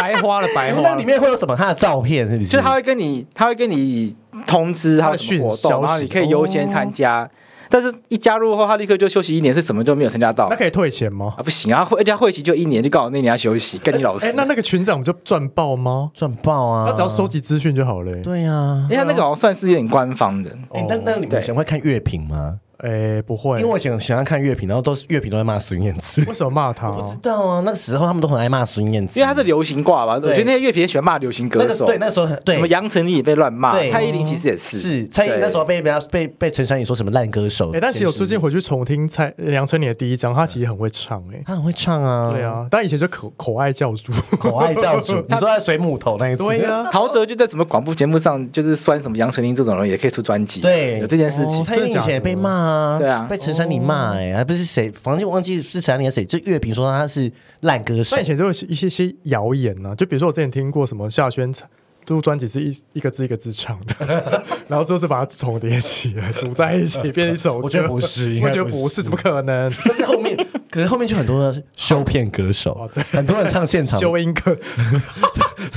白花了，白
那里面会有什么？他的照片是不是？
就是他会跟你他会跟你通知他有什么活
他的讯息
动，然后你可以优先参
哦
加。但是一加入后，他立刻就休息一年，是什么都没有参加到
那可以退钱吗
啊？？不行啊，会而且他会期就一年，就告诉那年要休息，跟你老师
哎，。那那个群长不就赚爆吗？
赚爆啊！
他只要收集资讯就好了。欸
对呀、啊。
因为他那个好像算是有点官方的，
哦哎、那那你们以前会看乐评吗？
哎，不会，
因为我以前喜欢看乐评，然后都是乐评都在骂孙燕姿。
为什么骂他？
我知道啊，那个时候他们都很爱骂孙燕姿，
因为他是流行挂吧，我觉得那些乐评也喜欢骂流行歌
那个
手，
对那时候很对
什么杨丞琳也被乱骂，
对
蔡依林其实也是，
是蔡依林
对
那时候被人家被被陈珊妮说什么烂歌手，
哎，但其实我最近
会
回去重听蔡呃梁春妮的第一
嗯
张，她其实很会唱，哎，
他很会唱啊，
对，啊，但以前就口口爱教主，
口爱教 主，你说在水母头那一次，
对啊呀，
陶喆就在什么广播节目上，就是酸什么杨丞琳这种人也可以出专辑，
对
有这件事情
哦。
蔡依林以前也被骂啊，
真的假的
被陈珊妮骂哎，还不是谁，反正我忘记是陈珊妮还是谁，就乐评说他是烂歌手
但以，前都有一些一些谣言呢、就比如说我之前听过什么夏轩这部专辑是一一个字一个字唱的， 然后之后就把它重叠起来，组在一起变一首歌。
我觉得不是应
我
该不是嗯
觉得不是，怎么可能？
但是后面， 可是后面就很多修片歌手，很多人唱现 场，
就音歌，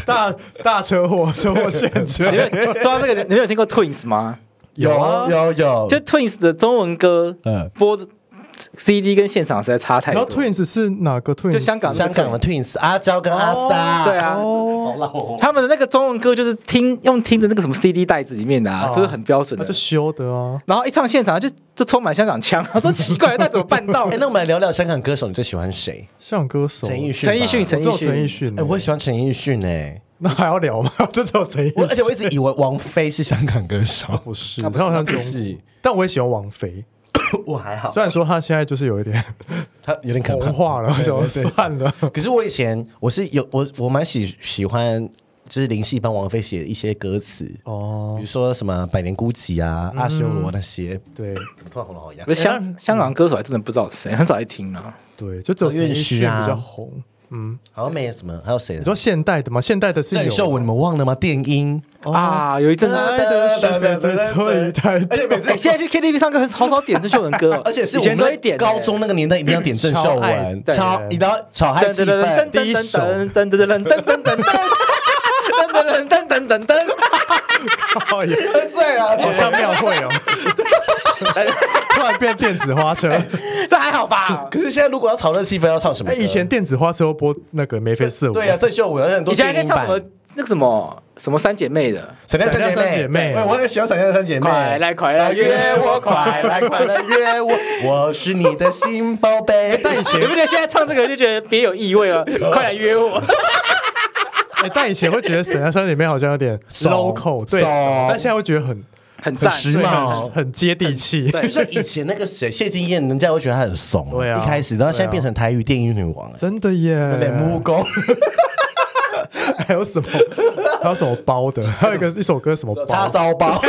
大大车祸，车祸现 场
你。们有说到这个，你们有听过 Twins 吗？
有啊有有，
就 Twins 的中文歌
嗯，
播 CD 跟现场实在差太
然
多。
后 Twins 是哪个 Twins？
就香港
香港的 Twins 阿娇跟阿 sa，
对啊，
好老哦，
他们的那个中文歌就是听用听的那个什么 CD 袋子里面的啊，就是很标准
那
的
就。修的啊。
然后一唱现场就就充满香港腔，我说奇怪，那怎么办到
哎，？那我们来聊聊香港歌手，你最喜欢谁？
香港歌手
陈奕迅吧，
陈奕迅，陈
我只有
奕
陈奕
迅，
迅欸
哎，。我也喜欢陈奕迅哎，
那还要聊吗？这只有陈奕
我而且
迅。
我一直以为王菲是香港歌手，
不是，
他
他
不是
好像
他不
中
是，
但我也喜欢王菲。
我还好
虽，然说他现在就是有一点
他有点可
红
怕。
化了，我想
对对
算了。
可是我以前我是有我我蛮喜喜欢，就是林夕帮王菲写的一些歌词，比
哦，
如说什么《百年孤寂》啊、《阿修罗》那些。
对
怎么突然红了好痒
不？是香香港歌手还真的不知道谁，很少在听了。
对，就只有陈奕迅比较红。嗯，
好像没什么，还有谁呢？
你说现代的吗？现代的是
郑秀
有
文，你们忘了吗？电音，哎
啊，有一阵子，
而且每次，
哎现在去 KTV 唱歌很好少点郑秀文歌哦
而且是
以
我
前
们
都会点
在
欸
高中那个年代一定要点郑秀
超爱
文，
对
超你知道炒嗨气氛，
噔噔噔噔噔噔噔噔噔噔噔噔噔噔噔噔，
靠耶
喝醉了，
啊
好像庙会哦，突然变电子花车。
这还好吧？
可是现在如果要炒热气氛，要唱什么
哎，
歌？
以前电子花车播那个眉飞色舞，
对啊，郑秀文而且很多
以前还可
电
以
音版
唱什。么那个什么什么三姐妹的，
闪亮
闪亮
三
三
姐
姐妹
妹，我也喜欢闪亮三姐妹。
快来快 来约我，快来快来约。
约我， 我是你的新宝 贝。
但以
你不
前
觉得现在唱这个就觉得别有意味了？ 快来约我！
哎但以前会觉得沈阳三姐妹好像有点
怂
local，对，
怂
但现在会觉得很
很赞，
时髦
对很很接地气。
就像以前那个谁谢金燕，人家会觉得她很怂，
对啊
一开始，然后现在
对啊
变成台语电影女王，哎
真的耶，
脸木 工，
还有什么？还有什么包的？还有一个一首歌什么
叉
包？
烧包，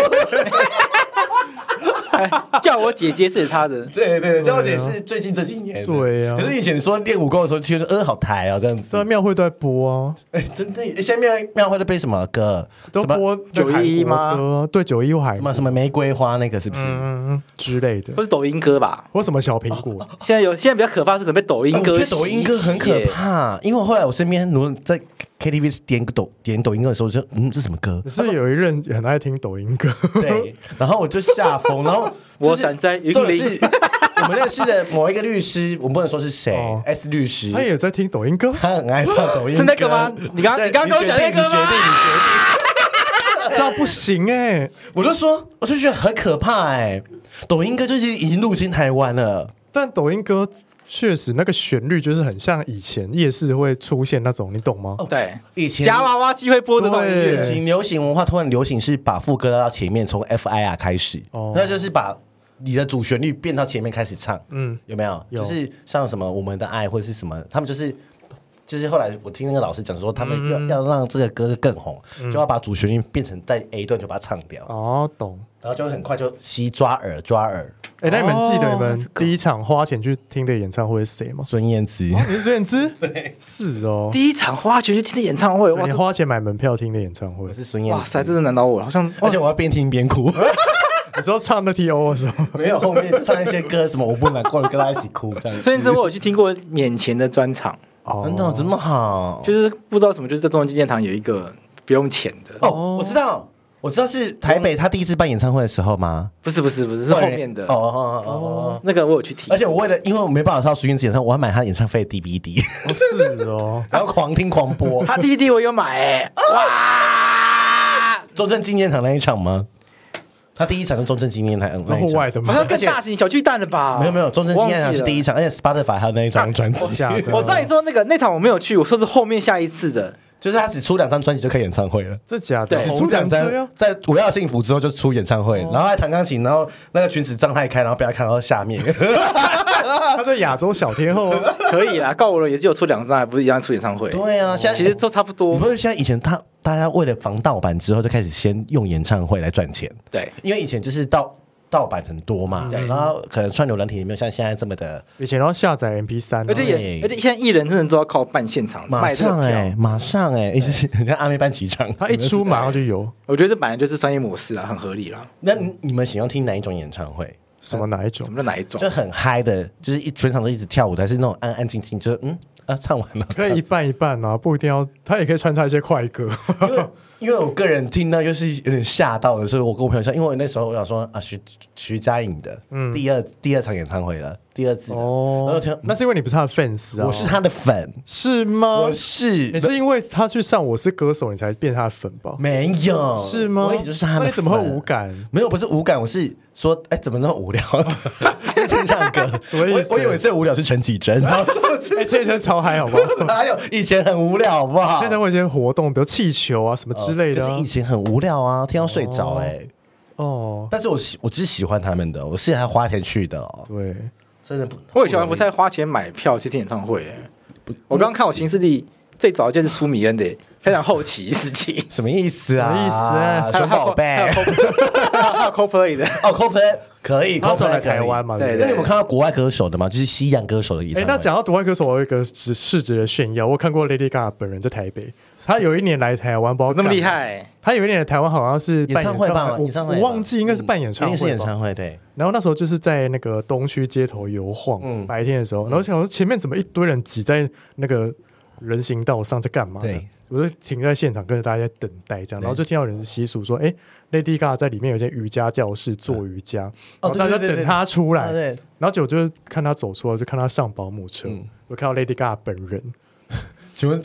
哎叫我姐姐是她的，
对对对，娇姐是最近这几年的，
对啊
可是以前你说练武功的时候，其实呃好台啊这样
在
子，
庙会都在播啊，
哎，真的，哎现在庙庙会都背什么歌？
都
什么
播那个
911吗
韩国歌？啊对，九一海
什么什么玫瑰花那个是不是？
嗯之类的
或，是抖音歌吧？
或什么小苹
哦
果，
现在有现在比较可怕是可能被抖音
哎我
歌
觉
袭
得
击，
抖音歌很可怕，因为后来我身边很多人在 KTV 点抖点抖音歌的时候，我就嗯这什么歌
你？是不是有一任很爱听抖音歌？
对， 然后我就吓疯，然后就是
我闪在云
重点
林
是 我们认识的某一个律师，我不能说是谁
哦
，S 律师，
他也有在听抖音歌，
他很爱唱抖音歌，
哎是那个吗你刚
对
你刚刚跟我讲那个吗
你决定，你决定，
这样不行哎，
你决定我就说，我就觉得很可怕哎，抖音歌就是已经入侵台湾了，
但抖音歌。确实，那个旋律就是很像以前夜市会出现那种，你懂吗？
哦
对，
以前
夹娃娃机会播这种音
以
乐
对，
前流行文化突然流行是把副歌拉到前面，从 F I R 开始，
哦
那就是把你的主旋律变到前面开始唱，嗯
嗯，
有没有？
有
就是像什么我们的爱或者是什么，他们就是。就是后来我听那个老师讲说，他们要、要让这个歌更红，就要把主旋律变成在 A 段就把它唱掉，
哦，懂。
然后就会很快就吸抓耳抓耳。
哎，那你们记得你
哦
们第一场花钱去听的演唱会是谁
哦
吗？
孙燕姿，
你是孙燕 姿？对，是哦。
第一场花学去听的演唱会，哇
你
这
花钱买门票听的演唱会
我，是孙燕
哇
姿，
塞，真的难倒我了，好像
而且我要边听边哭，
你知道唱那 T O 的时候，
没有后面就唱一些歌什么我不难过了，跟他一起哭这样子。哦
孙燕姿我有去听过免钱的专场，
真的这么好，
就是不知道什么，就是在中央纪念堂有一个不用钱的，
哦，我知道，我知道是台北他第一次办演唱会的时候吗？
不是不是不是，是后面的
哦哦哦哦哦。
那个我有去听
而，且我为了，因为我没办法到苏燕子演唱会，我还买他演唱会的 DVD，
哦是哦，
然后狂听狂播。
他 DVD 我有买，欸哇！
中正纪念堂那一场吗？他第一场跟中正纪念堂
是
那一
户外
场，
的吗？
好像更大型小巨蛋了吧？
没有没有，中正纪念堂是第
一。
一场，而且 Spotify 还有那一张专辑，
假的，
我知道你说那个那场我没有去，我说是后面下一次的。
就是他只出两张专辑就开演唱会了。
这假的，
对
只出两张
红成这样，
在《我要幸福》之后就出演唱会，然后还弹钢琴，然后那个裙子张太开，然后被他看到下面。
他在亚洲小天后 啊
可以啦，告五人也只有出两张，还不是一样出演唱会。
对啊，现在
其实都差不
我
多。
们现在以前他大家为了防盗版之后，就开始先用演唱会来赚钱，
对，
因为以前就是盗盗版很多嘛，然后可能串流软体也没有像现在这么的
以前然后下载 MP 三，啊
而且
对
也而且现在艺人真的都要靠办现场
马
卖这个
上
票。
哎、马上哎、一直人家阿妹班起场，
他一出马上就有
我觉得这本来就是商业模式啊，很合理啦。
那你你们喜欢听哪一种演唱会？
什么哪一种
什？么叫哪一种
就？很嗨的，就是一全场都一直跳舞的，还是那种安安静静，就是嗯啊唱完了。
可以一半一半啊，不一定要，他也可以穿插一些快歌。
因为因为我个人听到就是有点吓到的，所以我跟我朋友说，因为我那时候我想说啊徐徐佳莹的、第二第二场演唱会了，第二次的然后
嗯
嗯
哦
听到，
那是因为你不是他的 fans 啊，
我是他的粉，
是吗
我？是
你是因为他去上《我是歌手》，你才变他的粉吧？
没有
是吗
我一直就是他的粉，
那你怎么会无感？
没有，不是无感，我是说，哎、怎么那么 无聊？就是听唱歌，
什么意思
我我以为最无聊是陈绮 贞，然后说
哎，这一阵超嗨， 好不好？
哪有以前很无聊，好不好？
现在会有一些活动，比如气球啊什么之类的
可
啊
哦是以。前很无聊啊，听到睡着哎、
哦，
但是我喜我只是喜欢他们的，我是还花钱去的哦，
对，
真的不。
我以前不太花钱买票去听演唱会、欸。我刚刚看我行事历最早一件是苏米恩的、非常后期的事情。
什么意思啊？
什么意思
熊宝贝
还有 Coldplay- 还有 CoPlay 的，
哦，CoPlay 可以
他首
，CoPlay
来
可以
台湾。嘛？
对
对不
那
对。
你有没有看到国外歌手的吗？就是西洋歌手的演唱
哎
会。，
那讲到独外歌手，我有一个只市值的炫耀，我看过 Lady Gaga 本人在台北，她有一年来台湾，不知道
那么
干
厉
嘛。
害，
她有一年来台湾好像是办
演唱会吧
我
演唱会吧
我忘记应该是办演
一
唱
定是
会
演
吧。
唱会，对。
然后那时候就是在那个东区街头游晃，
嗯
白天的时候，然后想说前面怎么一堆人挤在那个人行道上在干嘛呢？
对
我就停在现场跟着大家在等待这样，然后就听到有人习俗说，哎，Lady Gaga 在里面有间瑜伽教室做瑜伽，然后大家
哦对对对对
等她出来，
啊对嗯
然后就我就看她走出来，就看她上保姆车，我看到 Lady Gaga 本人，
请问，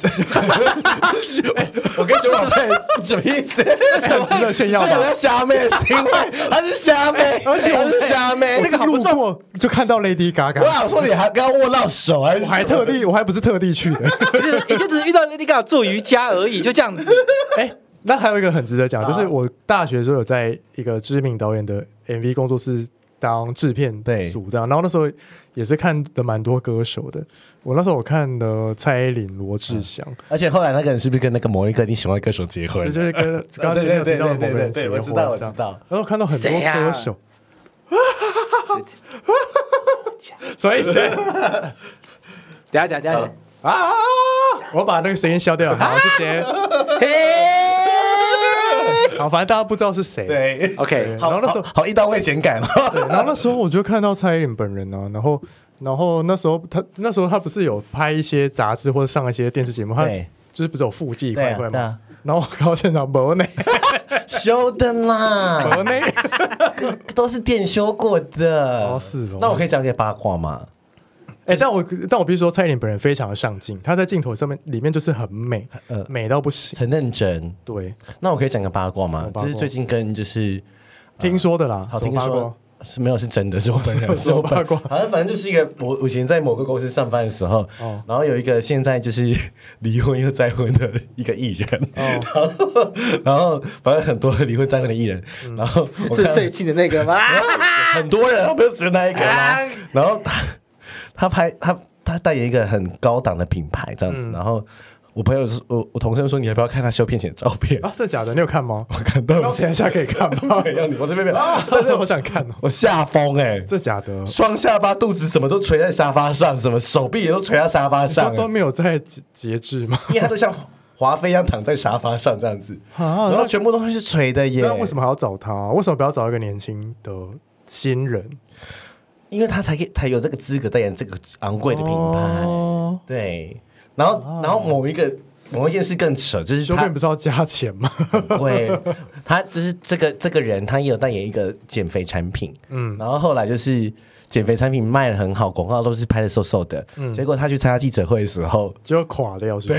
我跟九宝贝什么意思？
这很值得 炫
这
耀
个叫
吧？
虾妹的行为，她是虾妹，
而且我
她哎是欸虾妹。
我是路过就看到 Lady
我
Gaga，
想说你还跟她握到手，还是
我还特地我还不是特地去的。
就是也就只是遇到 Lady Gaga 做瑜伽而已，就这样子。
哎、那还有一个很值得讲，就是我大学的时候有在一个知名导演的 MV 工作室当制片
对
组这样，然后那时候也是看的蛮多歌手的。我那时候我看的蔡依林、罗志祥，
而且后来那个人是不是跟那个某一个你喜欢的歌手结婚
对，？就是跟 刚刚前面有提到的某个
对对对对
人
对
结
我
婚
知道我
这样
知道
然后看到很多
谁呀
歌手。
啊
所以谁
等一下等一下等一下，
啊？我把那个声音消掉，好，谢谢。
嘿
好，反正大家不知道是谁。
对，
，OK，
好，
然后那时候
好好一刀未剪感哦。
然后那时候我就看到蔡依林本人啊，然后然后那时候他那时候他不是有拍一些杂志或者上一些电视节目，他
对
就是不是有腹肌一块一块
对
嘛
啊？
然后我到现场 没呢，
修的啦，
没呢，
都是电修过的。
哦是哦
那我可以讲给八卦吗？
哎，但我但我必须说蔡依林本人非常的上镜，她在镜头上面里面就是很美
呃，
美到不行。
很认真。
对，
那我可以讲个八卦
什
吗
么？八
就
卦
是最近跟就是
听说的啦，
好
什么
听
八
说
卦。
是没有是真的， 是我本人
什么八卦
好像反正就是一个我我以前在某个公司上班的时候，
哦
然后有一个现在就是离婚又再婚的一个艺人，
哦
然后然后反正很多离婚再婚的艺人，
嗯
然后我看哎
是最近的那个 吗？
很多人，他不是只有那一个 吗
啊？
然后他他拍他他代言一个很高档的品牌这样
嗯
子，然后我朋友就说我我同事就说你要不要看他修片前的照片？
啊，真的假的？你有看吗？
我看到
那我等一下可以看 吗？
没有你，我这边没有，
但 是我想看哦，
我吓疯哎！
这假的，
双下巴、肚子什么都垂在沙发上，什么手臂也都垂在沙发
这
上、
都
欸
没有在节节制吗？
因为他都像华妃一样躺在沙发上这样子，
啊
然后
那
全部都是垂的耶。
那为什
么？
么还要找他、为什么不要找一个年轻的新人
因为他才可以才有这个资格代言这个昂贵的品牌。
哦、啊
对，然后、然后某一个某一件事更扯，就是
修
他
片不是要加钱 吗？
对，他就是这个这个人，他也有代言一个减肥产品，嗯，然后后来就是减肥产品卖的很好，广告都是
嗯
拍的瘦瘦的，结果他去参加记者会的时候，
就垮掉是吧？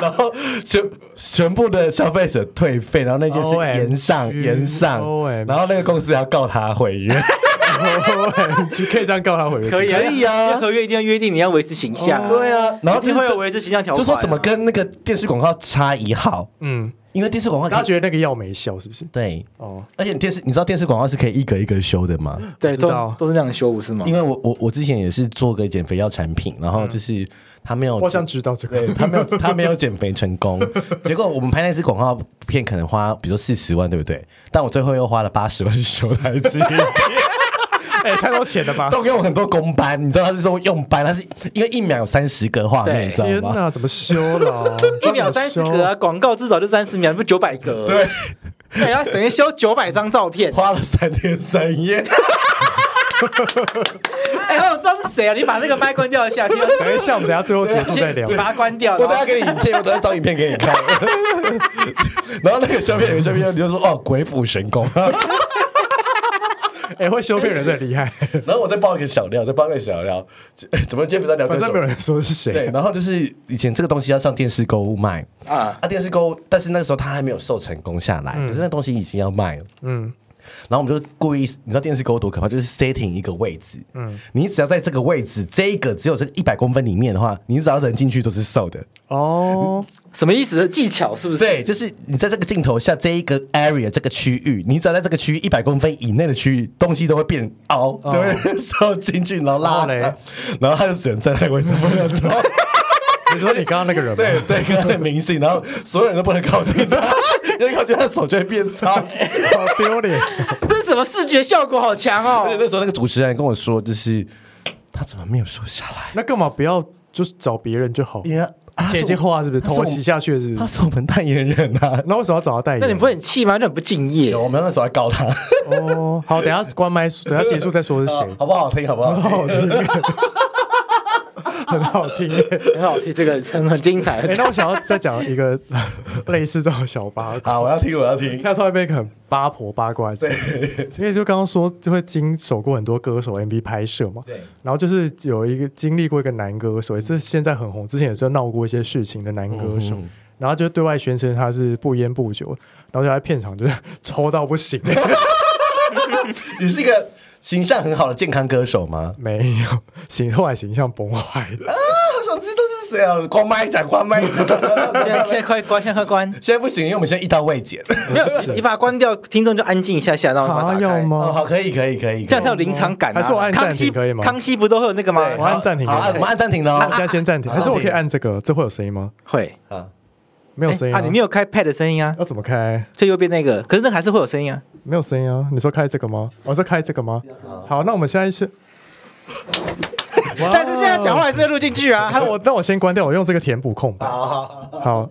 然后全全部的消费者退费，然后那件事
OMG
延上延上
OMG，
然后那个公司要告他毁 约，
就可以这样告他毁约，
可以啊，
可以啊
因为合约一定要约定你要维持形象、
对啊然后
一
就
定
是
会
这
有维持形象条
就
款、啊。
说怎么跟那个电视广告差一号，
嗯，
因为电视广告可以
他觉得那个药没效，是不是？
嗯
对，
哦，嗯
而且电视你知道电视广告是可以一格一格修的吗？
对
知
都
道
都是那样修不是吗
因？为我我我之前也是做个减肥药产品，然
嗯
后就是他没有，
我想知道这
对
个，
他没有，他没有减肥成功。结果我们拍那支广告片，可能花比如说四十万，对不对？但我最后又花了八十万去 修台机，
哎，太多钱了 吧？
动用很多公班。你知道他是说用班，他是因为一秒有三十个画面，
对
你知
天
道吗？
哪，怎么修了？
一秒三十格啊，广告至少就三十秒，不九百格。
对，
对，要等于修九百张 照片。
花了三天三 夜，
哎、我知道是谁啊，你把那个麦关掉 一下，听到
等一下，我们等一下最后结束再聊
你。把它关掉。
我等
然
下
后
给你影片，我等下找影片给你看。然后那个修片员、修片员就说：“哦，鬼斧神 工。”
哎，会修片人真的厉 害，
然后我再爆一个小料，再爆一个小料，怎么今天不是在聊歌
反
手？
正没有人说是谁
对，。然后就是以前这个东西要上电视购物卖
啊，
啊，电视购物，但是那个时候它还没有售成功下来，可是那东西已经要卖了。
嗯，
然后我们就故意，你知道电视购物多可怕，就是 setting 一个位置，嗯，你只要在这个位置，这一个只有这一百公分里面的话，你只要人进去都是瘦的。
哦，
什么意思？技巧是不是？
对，就是你在这个镜头下这一个 area 这个区域，你只要在这个区域一百公分以内的区域，东西都会变凹，对不对？ 瘦进去，然后
然
拉
后哦嘞
长，然后他就只能站在位置 不能动。
你说你刚刚那个人
对
吗？
对，跟他的明星，然后所有人都不能靠近他， 因为靠近他手就会变 差。
好丢脸，
这是什么视觉效果好强
而且
哦！
那时候那个主持人跟我说，就是他怎么没有瘦下来？
那干嘛不要就是找别人就好？
因为他
啊
写一句话是不是？头发洗下去了是不
他
是？
是我们代言人啊。
那为什么要找他代言？
那你不会很气吗？那很不敬业
有，。我们那时候还告他，
哦，好，等一下关麦，等一下结束再说是 谁。
好不好听？好不好听？
很好听耶。
很好听，这个很很精彩。
哎、那我想要再讲一个 类似这种小八卦。
好，我要听，我要听。
那突然变一个很八婆八卦节目，因为就刚刚说就会经手过很多歌手 MV 拍摄嘛，
对
然后就是有一个经历过一个男歌手，也是现在很红，之前也是闹过一些事情的男歌手，然后就对外宣称他是不烟不酒，然后就在片场就是 抽到不行，
你是一个形象很好的健康歌手吗？
没有形后来形象崩坏了，
我想知道是谁啊？光麦讲，光麦 讲。
现在现在快关，现在快关。
现在不行，因为我们现在一刀未剪。
没有， 你你把它关掉，听众就安静一下下，然后把
啊
它打
要
开。
哦，
吗？
好，可以，可以，可以。
这样才有临场感啊！
还是我按暂停
康熙
可以吗
康熙不都会有那个吗？
我按暂停
好，
可以
按我们按暂停
那
了
我。现在先暂停，
好
还是我
暂
可
停
以按这个？这会有声音吗？
会
啊，
哎没有声音
啊！你没
有
有开 pad 的声音啊？
要怎么开？
最右边那个，可是那个还是会有声音啊！
没有声音啊？你说开这个吗？我、说开这个吗？好，那我们现在是，
但是现在讲话还是会录进去啊！
那我那我先关掉，我用这个填补空白。
好好好。
好，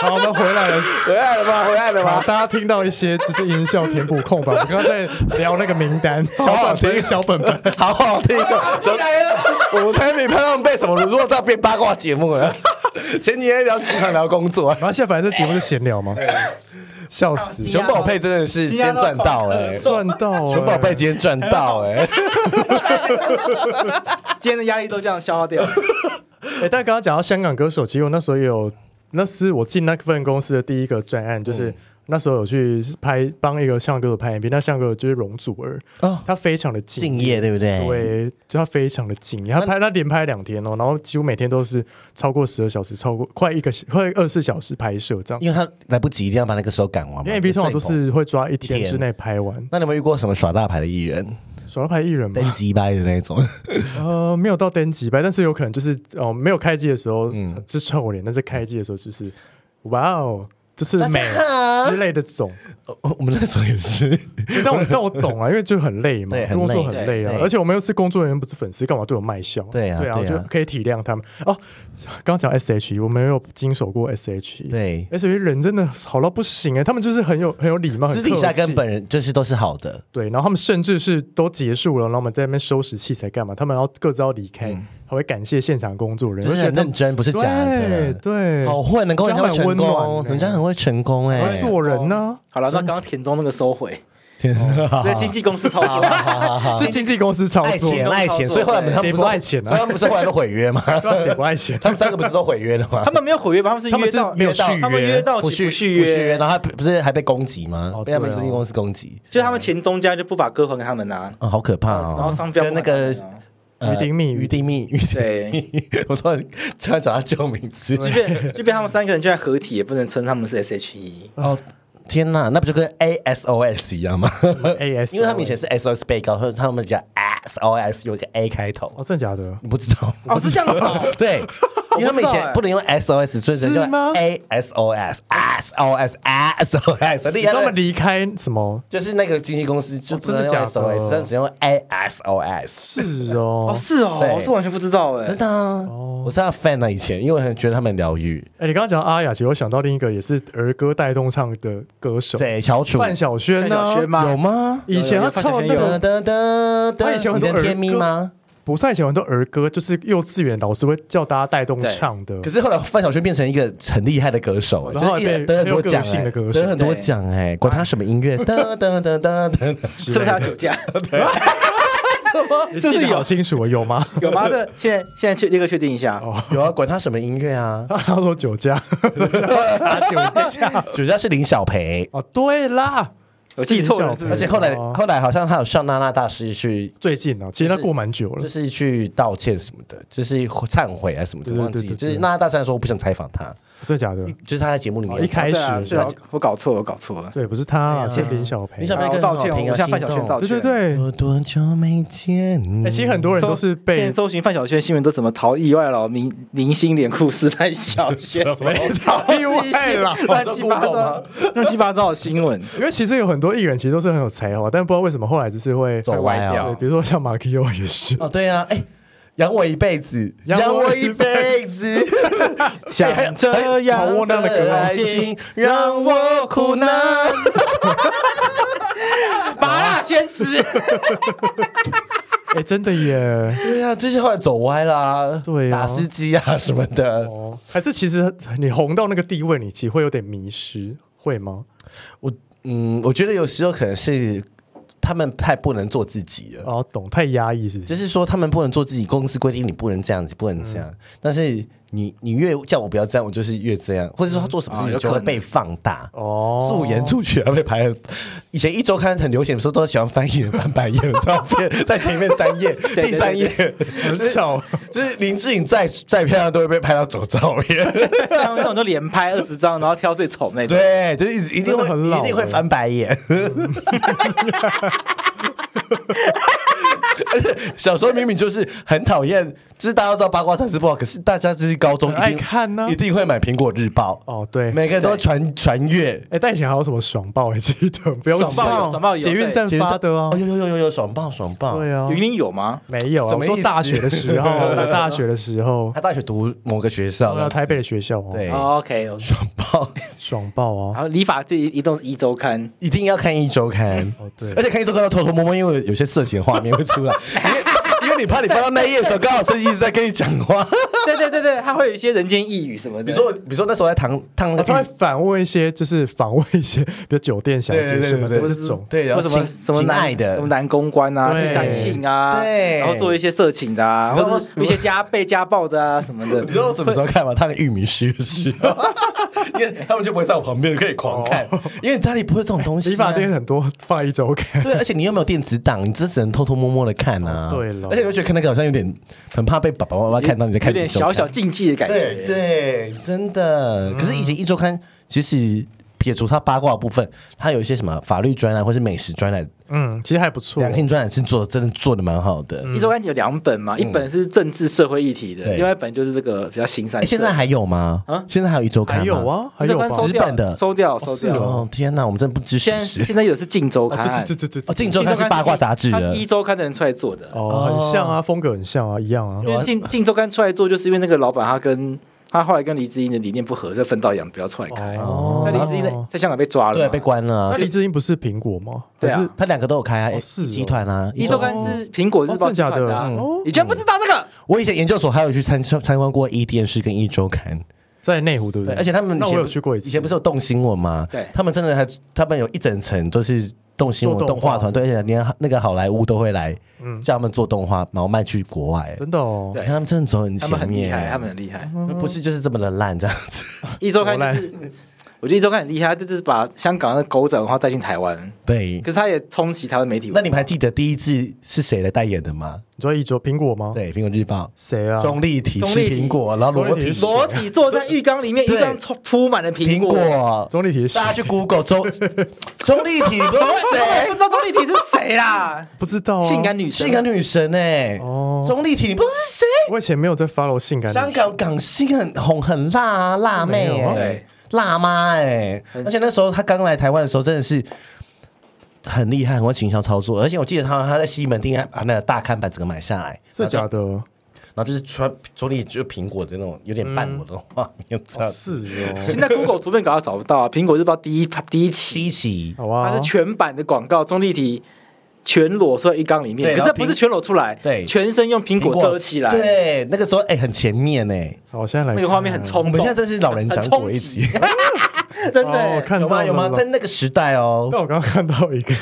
好，我们回来了。
回来了吗？回来了
好，
吗？
大家听到一些就是音效填补 空白。我们刚刚在聊那个名单，小
好啊
本
听
本，小本本。
好好听哦，小我们才没拍到被什么沦落到变八卦节目了。 前几天聊职场聊工 作，
然后现在反正这节目是闲聊嘛，笑死，
熊宝贝真的是今天赚到哎、
赚到、欸，
啊熊宝贝今天赚到哎、
今天的压力都这样消 耗掉，
哎、但刚刚讲到香港歌手，其实我那时候也有，那是我进那份公司的第一个专案，就是
嗯
那时候有去拍帮一个香港歌手拍 MV，那香港歌手就是容祖儿，
哦
她非常的敬
敬业对不对？
对，就她非常的敬业，她拍她连拍两天哦，然后几乎每天都是超过十二小时，超过快一个快二十四小时拍摄这样，
因为他来不及，一定要把那个时候赶完嘛。
因为 MV 通常都
摄影棚。
是会抓一天
一天
之内拍完，
那你有没有遇过什么耍大牌的艺人，
手要拍艺人嘛，
登机掰的那 种？
呃，没有到登几百，但是有可能就是哦、没有开机的时候
嗯
是臭脸，但是开机的时候就是哇哦，就是美之类的这种。
哦我们那时候也是，
但我但我懂啊，因为就很累嘛
对，很
工作
累
很累啊
对，对
而且我们又是工作人员，不是粉丝，干嘛对我卖笑？
对啊
对啊，我
对啊
就可以体谅他们。哦，刚讲 S H E，我没有经手过 S H E，
对
，S H E 人真的好到不行哎、他们就是很有很有礼貌，很
私底下
客气
跟本人就是都是好的，嗯
对，然后他们甚至是都结束了，然后我们在那边收拾器材干嘛？他们要各自要离开，还会感谢现场工作人员，
就是
我觉
很
得他
认
们
真，不是假
对
的。
对，
好会，能够人家会成
这样很温
功，
暖
人家很会成功哎、
会做人呢，
好了，那刚刚田中那个收回，
天啊
对经纪公司操作，
是经纪公司操
爱
作，
钱爱钱，所以后来他们
谁
不
不
是
爱钱啊
所以他们不是后来都毁约吗？
对啊谁不爱钱？
他们三个不是都毁约了吗？
他们没有毁约吧？他们 是
他们
约
是
到
没有
约到
续
他们
约
约，到期
不续
不续
不
约，
然后他不是还被攻击吗？
哦
被他们
对哦
经纪公司攻击，
就他们前东家就不把歌还给他们啊，
啊，好可怕哦！
然后商标
跟那
不还
个
给他们啊
呃
鱼丁蜜
鱼丁蜜、鱼丁
对，
蜜， 我突然突然找他救名字。
就变就变他们三个人就在合体，也不能称他们是 E SHE。
哦， 天哪，那不就跟 ASOS 一样吗？
AS
因为他们以前是 SOS 被告，或者他们讲 SOS 有一个 A 开头，
哦，真的假的？
你不知道？。
哦，是这样子哦
对，因为他们以前不能用 SOS，所以就
吗
ASOS、SOS、SOS，厉
你知
害
道他
了
们。离开什么？
就是那个经纪公司就
哦
不
真
能
的
用
假的
SOS，但只用 ASOS。
是
哦，
哦，
是哦，
对
我这完全不知道哎
真。的啊，我是他的 fan 啊，以前因为我很觉得他们很疗愈。
哎，你刚刚讲阿雅，其实我想到另一个也是儿歌带动唱的歌手
谁？乔楚
范晓萱
范晓
呢
萱？吗
有吗？
以前他唱那
有有有范晓萱
噔
个
噔噔
他
噔，
以前
你
很多
的
儿
甜蜜
歌
吗？
不是以前很多儿歌，就是幼稚园老师会叫大家带动唱的
可。是后来范晓萱变成一个很厉害的歌手，
然
就
后
是一直
被
得很多奖、
很有个性
欸，
的歌手
得很多奖哎、管他什么音乐，噔噔噔噔噔，
是不是他酒驾？
你
这
记
是
得
有
好清楚哦，有吗？
有吗？这现在现在确立刻确定一下。
有啊，管他什么音乐啊，
他说酒驾，查酒驾。
主要是林小培，
哦，对啦，
我记错了
是林小培
是不
而且后来
哦
后来好像还有上娜娜大师去。
最近哦，其实他过蛮久
就
了。
是去道歉什么的，就是忏悔啊什么的，
对对
忘记。
对对
就是
对
娜娜大师说我不想采访他，
真的假的？
就是他在节目里面
哦一开始
对啊对啊我搞错，我搞错了。
对，不是他啦，是林小培。
林小培
啊
歌
我
很好
道
听
歉
啊
哦，我向范晓
心
萱
动
道
对
歉。
对对，
我多久没见你？
哎，其实很多人都是
现在
被
搜寻范晓萱新闻都怎么逃意外了？明明星脸酷似范 晓萱，
逃意外了
乱七八糟， 乱七八糟的新 闻。
因为其实有很多艺人其实都是很有才华，但不知道为什么后来就是会
走歪啊
对，比如说像马奎欧也 是，
哦，对啊，哎、养我一辈子，
养
养
我
我
一
一辈子，
像这
好窝
样
囊的歌
的
哦
爱情让我苦难。麻辣鲜师，
哎，真的耶，
对啊，就是后来走歪啦，
对啊
打司机啊什么的。
哦，还是其实你红到那个地位，你其实会有点迷失，会吗？
我嗯，我觉得有时候可能是他们太不能做自己了，
呃
哦，懂，太压抑是不？
就是是说他们不能做自己，公司规定你不能这样子，不能这样。
嗯
但是你你越叫我不要这样，我就是越这样，或者说他做什么事
啊
情
有
就
可
会
能
被放大。
哦，
素颜出去还被排很，以前一周刊很流行的时候，都喜欢翻译人翻白眼的照片，在前面三页、
对
第三页，
很少，
就是林志颖再再漂亮都会被拍到走照片，
他啊们那种都连拍二十张，然后挑最丑那 种。
对，就是一直一定会
真的很老
一定会翻白眼。而且小时候明明就是很讨厌，就是大家都知道八卦杂志不好，可是大家就是高中一定
很爱看呢
一定会买《苹果日报》
哦，对，
每个人都会传传阅，
哎，但以前还有什么爽爆，还记得？不要
爽爆
急啊
有，爽爆有
捷运站发的哦
哦，，有有有有有爽爆爽爆，
对啊
对，云林有吗？
没有啊，
什
我
么意思
说大学的时候， 我大学的时候，
他大学读某个学校
我到
的，
啊台北的学校哦，
对，
哦 OK，
爽爆，
爽爆啊
然，后理发这一栋是一周刊，
一定要看一周刊。
哦对
而且看一周刊要偷偷摸摸，因为有些色情画面会出来，因为因为你怕你翻到那一页的时候，刚好设计师在跟你讲话。
对对对对，他会有一些人间呓语什么的。
比如说，比如说那时候在烫烫那
哦他会
个，
反问一些，就是访问一些， 比如酒店小姐什么
对
的
对
这
对
种。
对，然
或
后
什么
亲
什么
亲
男
爱的
什么，男公关啊，
对
地上性啊，
对
然后做一些色情的啊，
你知道
或者
我
一些家被家暴的啊什么的
你。知道我什么 时候看吗？烫玉米须的时候，因为他们就不会在我旁边可以狂看，哦因为家里不会这种东西啊。
理发店很多放一周刊，
对，而且你又没有电子档，你只只能偷偷摸摸的看啊。
哦对了
而且我觉得看那个好像有点很怕被爸爸妈妈看到你在看
有
这
点
种看，
小小禁忌的感
对
觉。，
对，真的。可是以前一周刊其实撇除它八卦的部分，它有一些什么法律专栏或是美食专栏、
嗯，其实还不错。
两性专栏是做的真的做的蛮好的。
嗯一周刊有两本嘛，一本是政治社会议题的，
嗯对
另外一本就是这个比较新三
哎，
色。
现在还有吗？
啊
现在还有一周刊？
还有。啊，还
一周
有吧
刊？收
纸
掉
本的
收掉，收
是哦
掉。
哦天哪，我们真的不知
现
史实。
在现在有的是《镜周刊》，
哦，对对对
哦，
对对，
竞周刊是八卦杂志
它是一
的。
周刊的人出来做的。
哦，很像啊，风格很像啊，一样啊
有。
因
啊
为进进周刊出来做，就是因为那个老板他跟他后来跟黎智英的理念不合，所以分道扬镳出来开。
哦
那黎智英在在香港被抓了嘛，
对，被关了
那
啊。
李志英不是苹果吗？
对啊
还是
他两个都有开啊，
哦
哎
是哦
集团啊，
一周刊是苹果日
哦真
报
的
集
假
团
的
的啊
嗯，
你居然不知道这个？
我以前研究所还有去参参观过 E 一电视跟一周刊，
在内湖对不对？
而且他们以
那
前
我有去过一次，
以前不是有动新闻吗？
对
他们真的还他们有一整层都是动新闻
做动
动
画
画团队，而且连那个好莱坞都会来
嗯
叫他们做动画，然后卖去国外。
真的哦
对，
你看他们真的走很
他们
前
很厉害，
面，
他
嗯
们很厉害。
不是就是这么的烂这样子。
一周刊就是， 我觉得一周刊很厉害，他就是把香港那个狗仔文化带进台湾，
对
可，是他也冲击台湾媒体文化。
那你们还记得第一季是谁来代言的吗？
你说一周苹果吗？
对，《苹果日报
谁啊》？
钟丽缇
钟
吃
丽缇
苹果，然后裸
钟丽
体
缇
吃
裸体坐在浴缸里
啊
面，
对
一上铺满了苹
苹
果。
果。
钟丽缇是
大家去 Google 钟钟丽缇不知道是
我不
谁
知道钟丽缇是谁啦，
不知道啊
性感女
是
神，
一个女神哎、
哦
钟丽缇你不知道是谁？
我以前没有在 follow 性感女
香港港星很红很辣啊，辣妹
没有
哎、
啊
对
辣妈哎、而且那时候她刚来台湾的时候真的是很厉害，很会行销操作。而且我记得她她在西门町还把那个大看板整个买下来，
真的假的？哦
然后就是穿手里就苹果的那种有点半裸的画面，这样
是哦，
现在 Google 图片搞到找不到啊，苹果日报第一第一期，
稀奇。
好
它
啊
是，全版的广告，钟丽缇全裸坐在浴缸里
对
面，可
然
是
后
不
苹
是全裸出来，
对
全身用苹果遮起来，
对，那个时候哎、很前面哎、
好，我现在来
那个画面很
看
我
冲
们现在
动，
真是老人
很
讲
冲
过一集
击，， 真
哦，我
的。
看
有
到
吗？
了
有 吗？
了
在那个时代哦，
但我刚刚看到一个，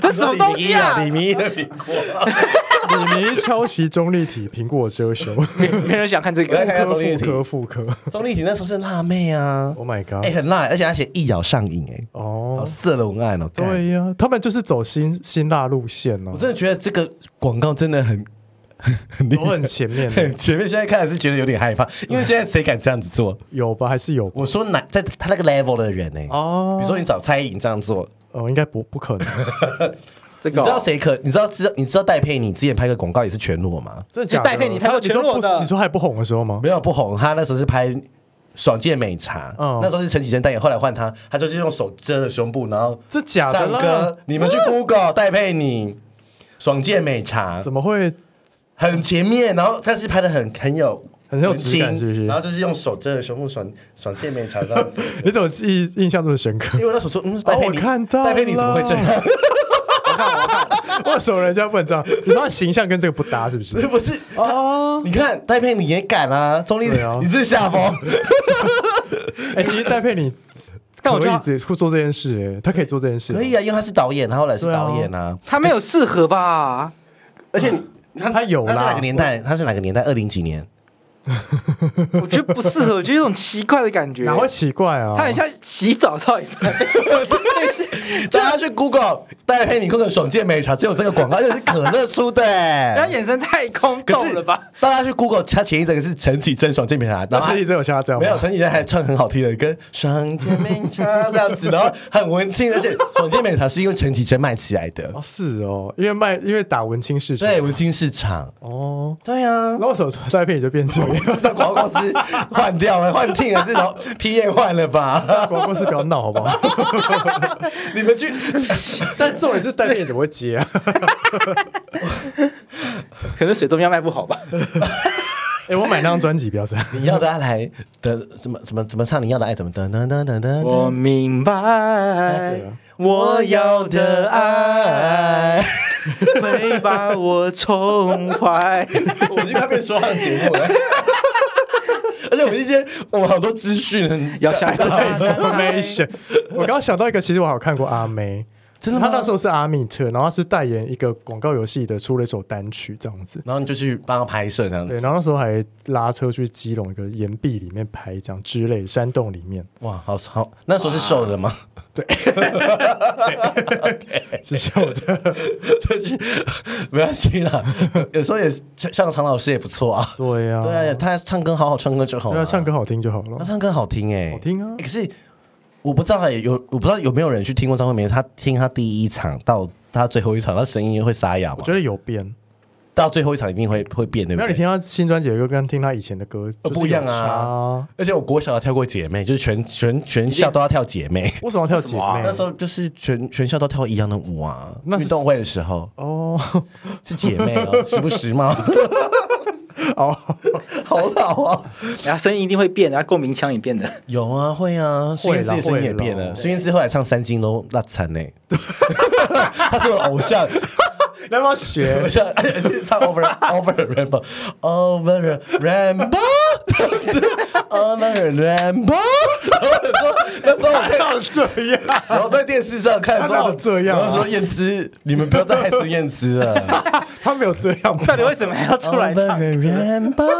这什么东西啊
李？明的苹果，
李明抄袭钟丽缇，苹果遮羞，
没没人想看这
我在看
个，
钟丽缇
妇科妇科
钟丽缇那时候是辣妹啊，
，Oh my
哎、
god，
很辣，而且她写一咬上瘾哎、好
哦，
色的文案哦，干
对呀，他们就是走辛辛辣路线哦
我，真的觉得这个广告真的很 很厉
走很
害。，
前面的
前面现在看是觉得有点害怕，因为现在谁敢这样子做？
有吧？还是有吧
我说哪在他那个 level 的人呢、欸
哦
比如说你找蔡依林这样做，
哦，应该不不可能，
这
你知道
个
谁可？你知道知道你知道戴佩妮之前拍个广告也是全裸吗？
真的假的？
戴佩妮拍过
你说
全裸
不
的
你说还不红的时候吗？
没有不红，她那时候是拍《爽健美茶》
嗯
那时候是陈绮贞代言，后来换她，她就是用手遮着胸部，然后
这假的
唱
啦嗯
歌，。你们去 Google 戴佩妮《爽健美茶》
怎么会？
很前面，然后但是拍的很很有
很有质感
清
是不是
然后就是用手遮着胸部，爽爽健美茶这 样子。
你怎么记忆印象这么 深刻
因？为我那时候说，嗯，戴佩妮，
哦我看到了
戴佩妮怎么会这样？
为什么人家不能这样？你说他形象跟这个不搭，是 不是？
不是
哦
哦，你看戴佩妮也敢啊，钟丽
对啊，
你是下风。
哎、其实戴佩妮
但我
可
觉
以
得
自己做这件事、哎，她可以做这件事，
可以啊，因为他是导演，他后来是
对啊
导演啊，
他没有适合吧？
而且你他
他有
他是哪
啦
个，年代？他是哪个年代？二零几年？
我觉得不适合，我觉得有种奇怪的感觉。
哪会奇怪啊？
他很像洗澡到一 半，类似，
大家去 Google 戴佩妮 Google 爽健美茶，只有这个广告，而且是可乐出的欸。
他眼神太空
可
洞
是
了吧？
大家去 Google，他前一阵是陈绮贞爽健美茶，然
那
后
陈绮
她
贞有像他这样吗
没有，陈绮贞还唱很好听的歌，爽健美茶这样子，然后很文青，而且爽健美茶是用陈绮贞卖起来的
哦，，是哦，因为卖，因为打文青市场，
对，文青市场，
哦，
对啊。
那为什么戴佩妮就变这样？
那广告公司换掉了，换听了是老 P 也换了吧？
广告公司不要闹好不好？
你们去，
但重点是戴佩妮怎么会接啊？
可能水中央卖不 好吧？
哎、我买那张专辑不要这样，
你要大家来的怎么怎么怎么唱？你要的爱怎么噔噔噔噔噔？
我明白
对啊，
我要的爱 没把我宠坏。
我们去外面说唱节目了。而且我们今天我们好多资讯，
要下一 个
information。我刚刚想到一个，其实我好像看过阿妹，
真的吗
她那时候是阿密特，然后她是代言一个广告游戏的，出了一首单曲这样子。
然后你就去帮他拍摄这样
对，
子。
然后那时候还拉车去基隆一个岩壁里面拍这样之类山洞里面，
哇，好好，那时候是瘦的吗？
是笑的。
就是没关系啦，有时候也像常老师也不错啊。
对呀、
对啊，他唱歌好好唱歌就好
对啊，
了。
唱歌好听就好
他
了。
唱歌好听哎、
好听啊
欸可是我不知道欸有我不知道有没有人去听过张惠妹，她听她第一场到她最后一场，她声音会沙哑
我
嘛？
觉得有变，
到最后一场一定会会变，对不
没有你
对？
听她新专辑的歌跟听她以前的歌、
呃
就是
不一样
有差
啊！而且我国小要跳过姐妹，就是全全全校都要跳姐妹。
为什么要跳姐
为什么啊
妹？
那时候就是全全校都跳一样的舞啊，
那是
运动会的时候
哦，
是姐妹哦， 时不时吗？
哦，
好老啊！
然后声音一定会变，然后共鸣腔也变的。
有啊，会啊，孙燕姿的声音也变
会啦
了。孙燕姿后来唱《三金》都那惨呢，她是我的偶像。
要不要学
我？ 想，而且是唱 over over rainbow over rainbow 这样子 over rainbow。然后我说，那时候我
这样，
在，然后在电视上看的时
他哪
候
有这样啊
然后说燕姿，你们不要再害孙燕姿了。
他没有这样吧
到底为什么还要出来
over
唱？
rainbow，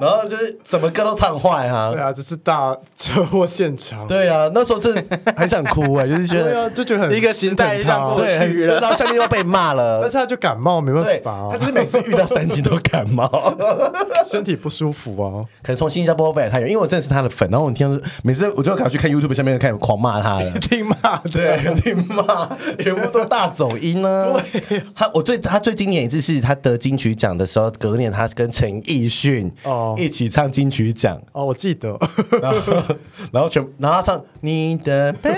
然后就是什么歌都唱坏啊
对。啊，只是大车祸现场。
对啊，那时候真的很想哭哎，就是觉
对啊，
得
就觉得很
一个时代
心疼他
让
啊
过
对，很
去了
然后下面又被骂
但
了
是。他就感冒，没
对
办，法
他
啊
就，是每次遇到三金都感冒。
身体不舒服啊。。
可能从新加坡回来他有，因为我真的是他的粉，然后我听到每次我就要赶快去看 YouTube 下面看狂骂他了
听骂的，
对，你骂全部都大走音呢、啊。对，他我最他最经典一次是他得金曲奖的时候，隔年他跟陈奕迅
哦
一起唱金曲奖，
哦，我记得，
然后 然后全然后他唱你的背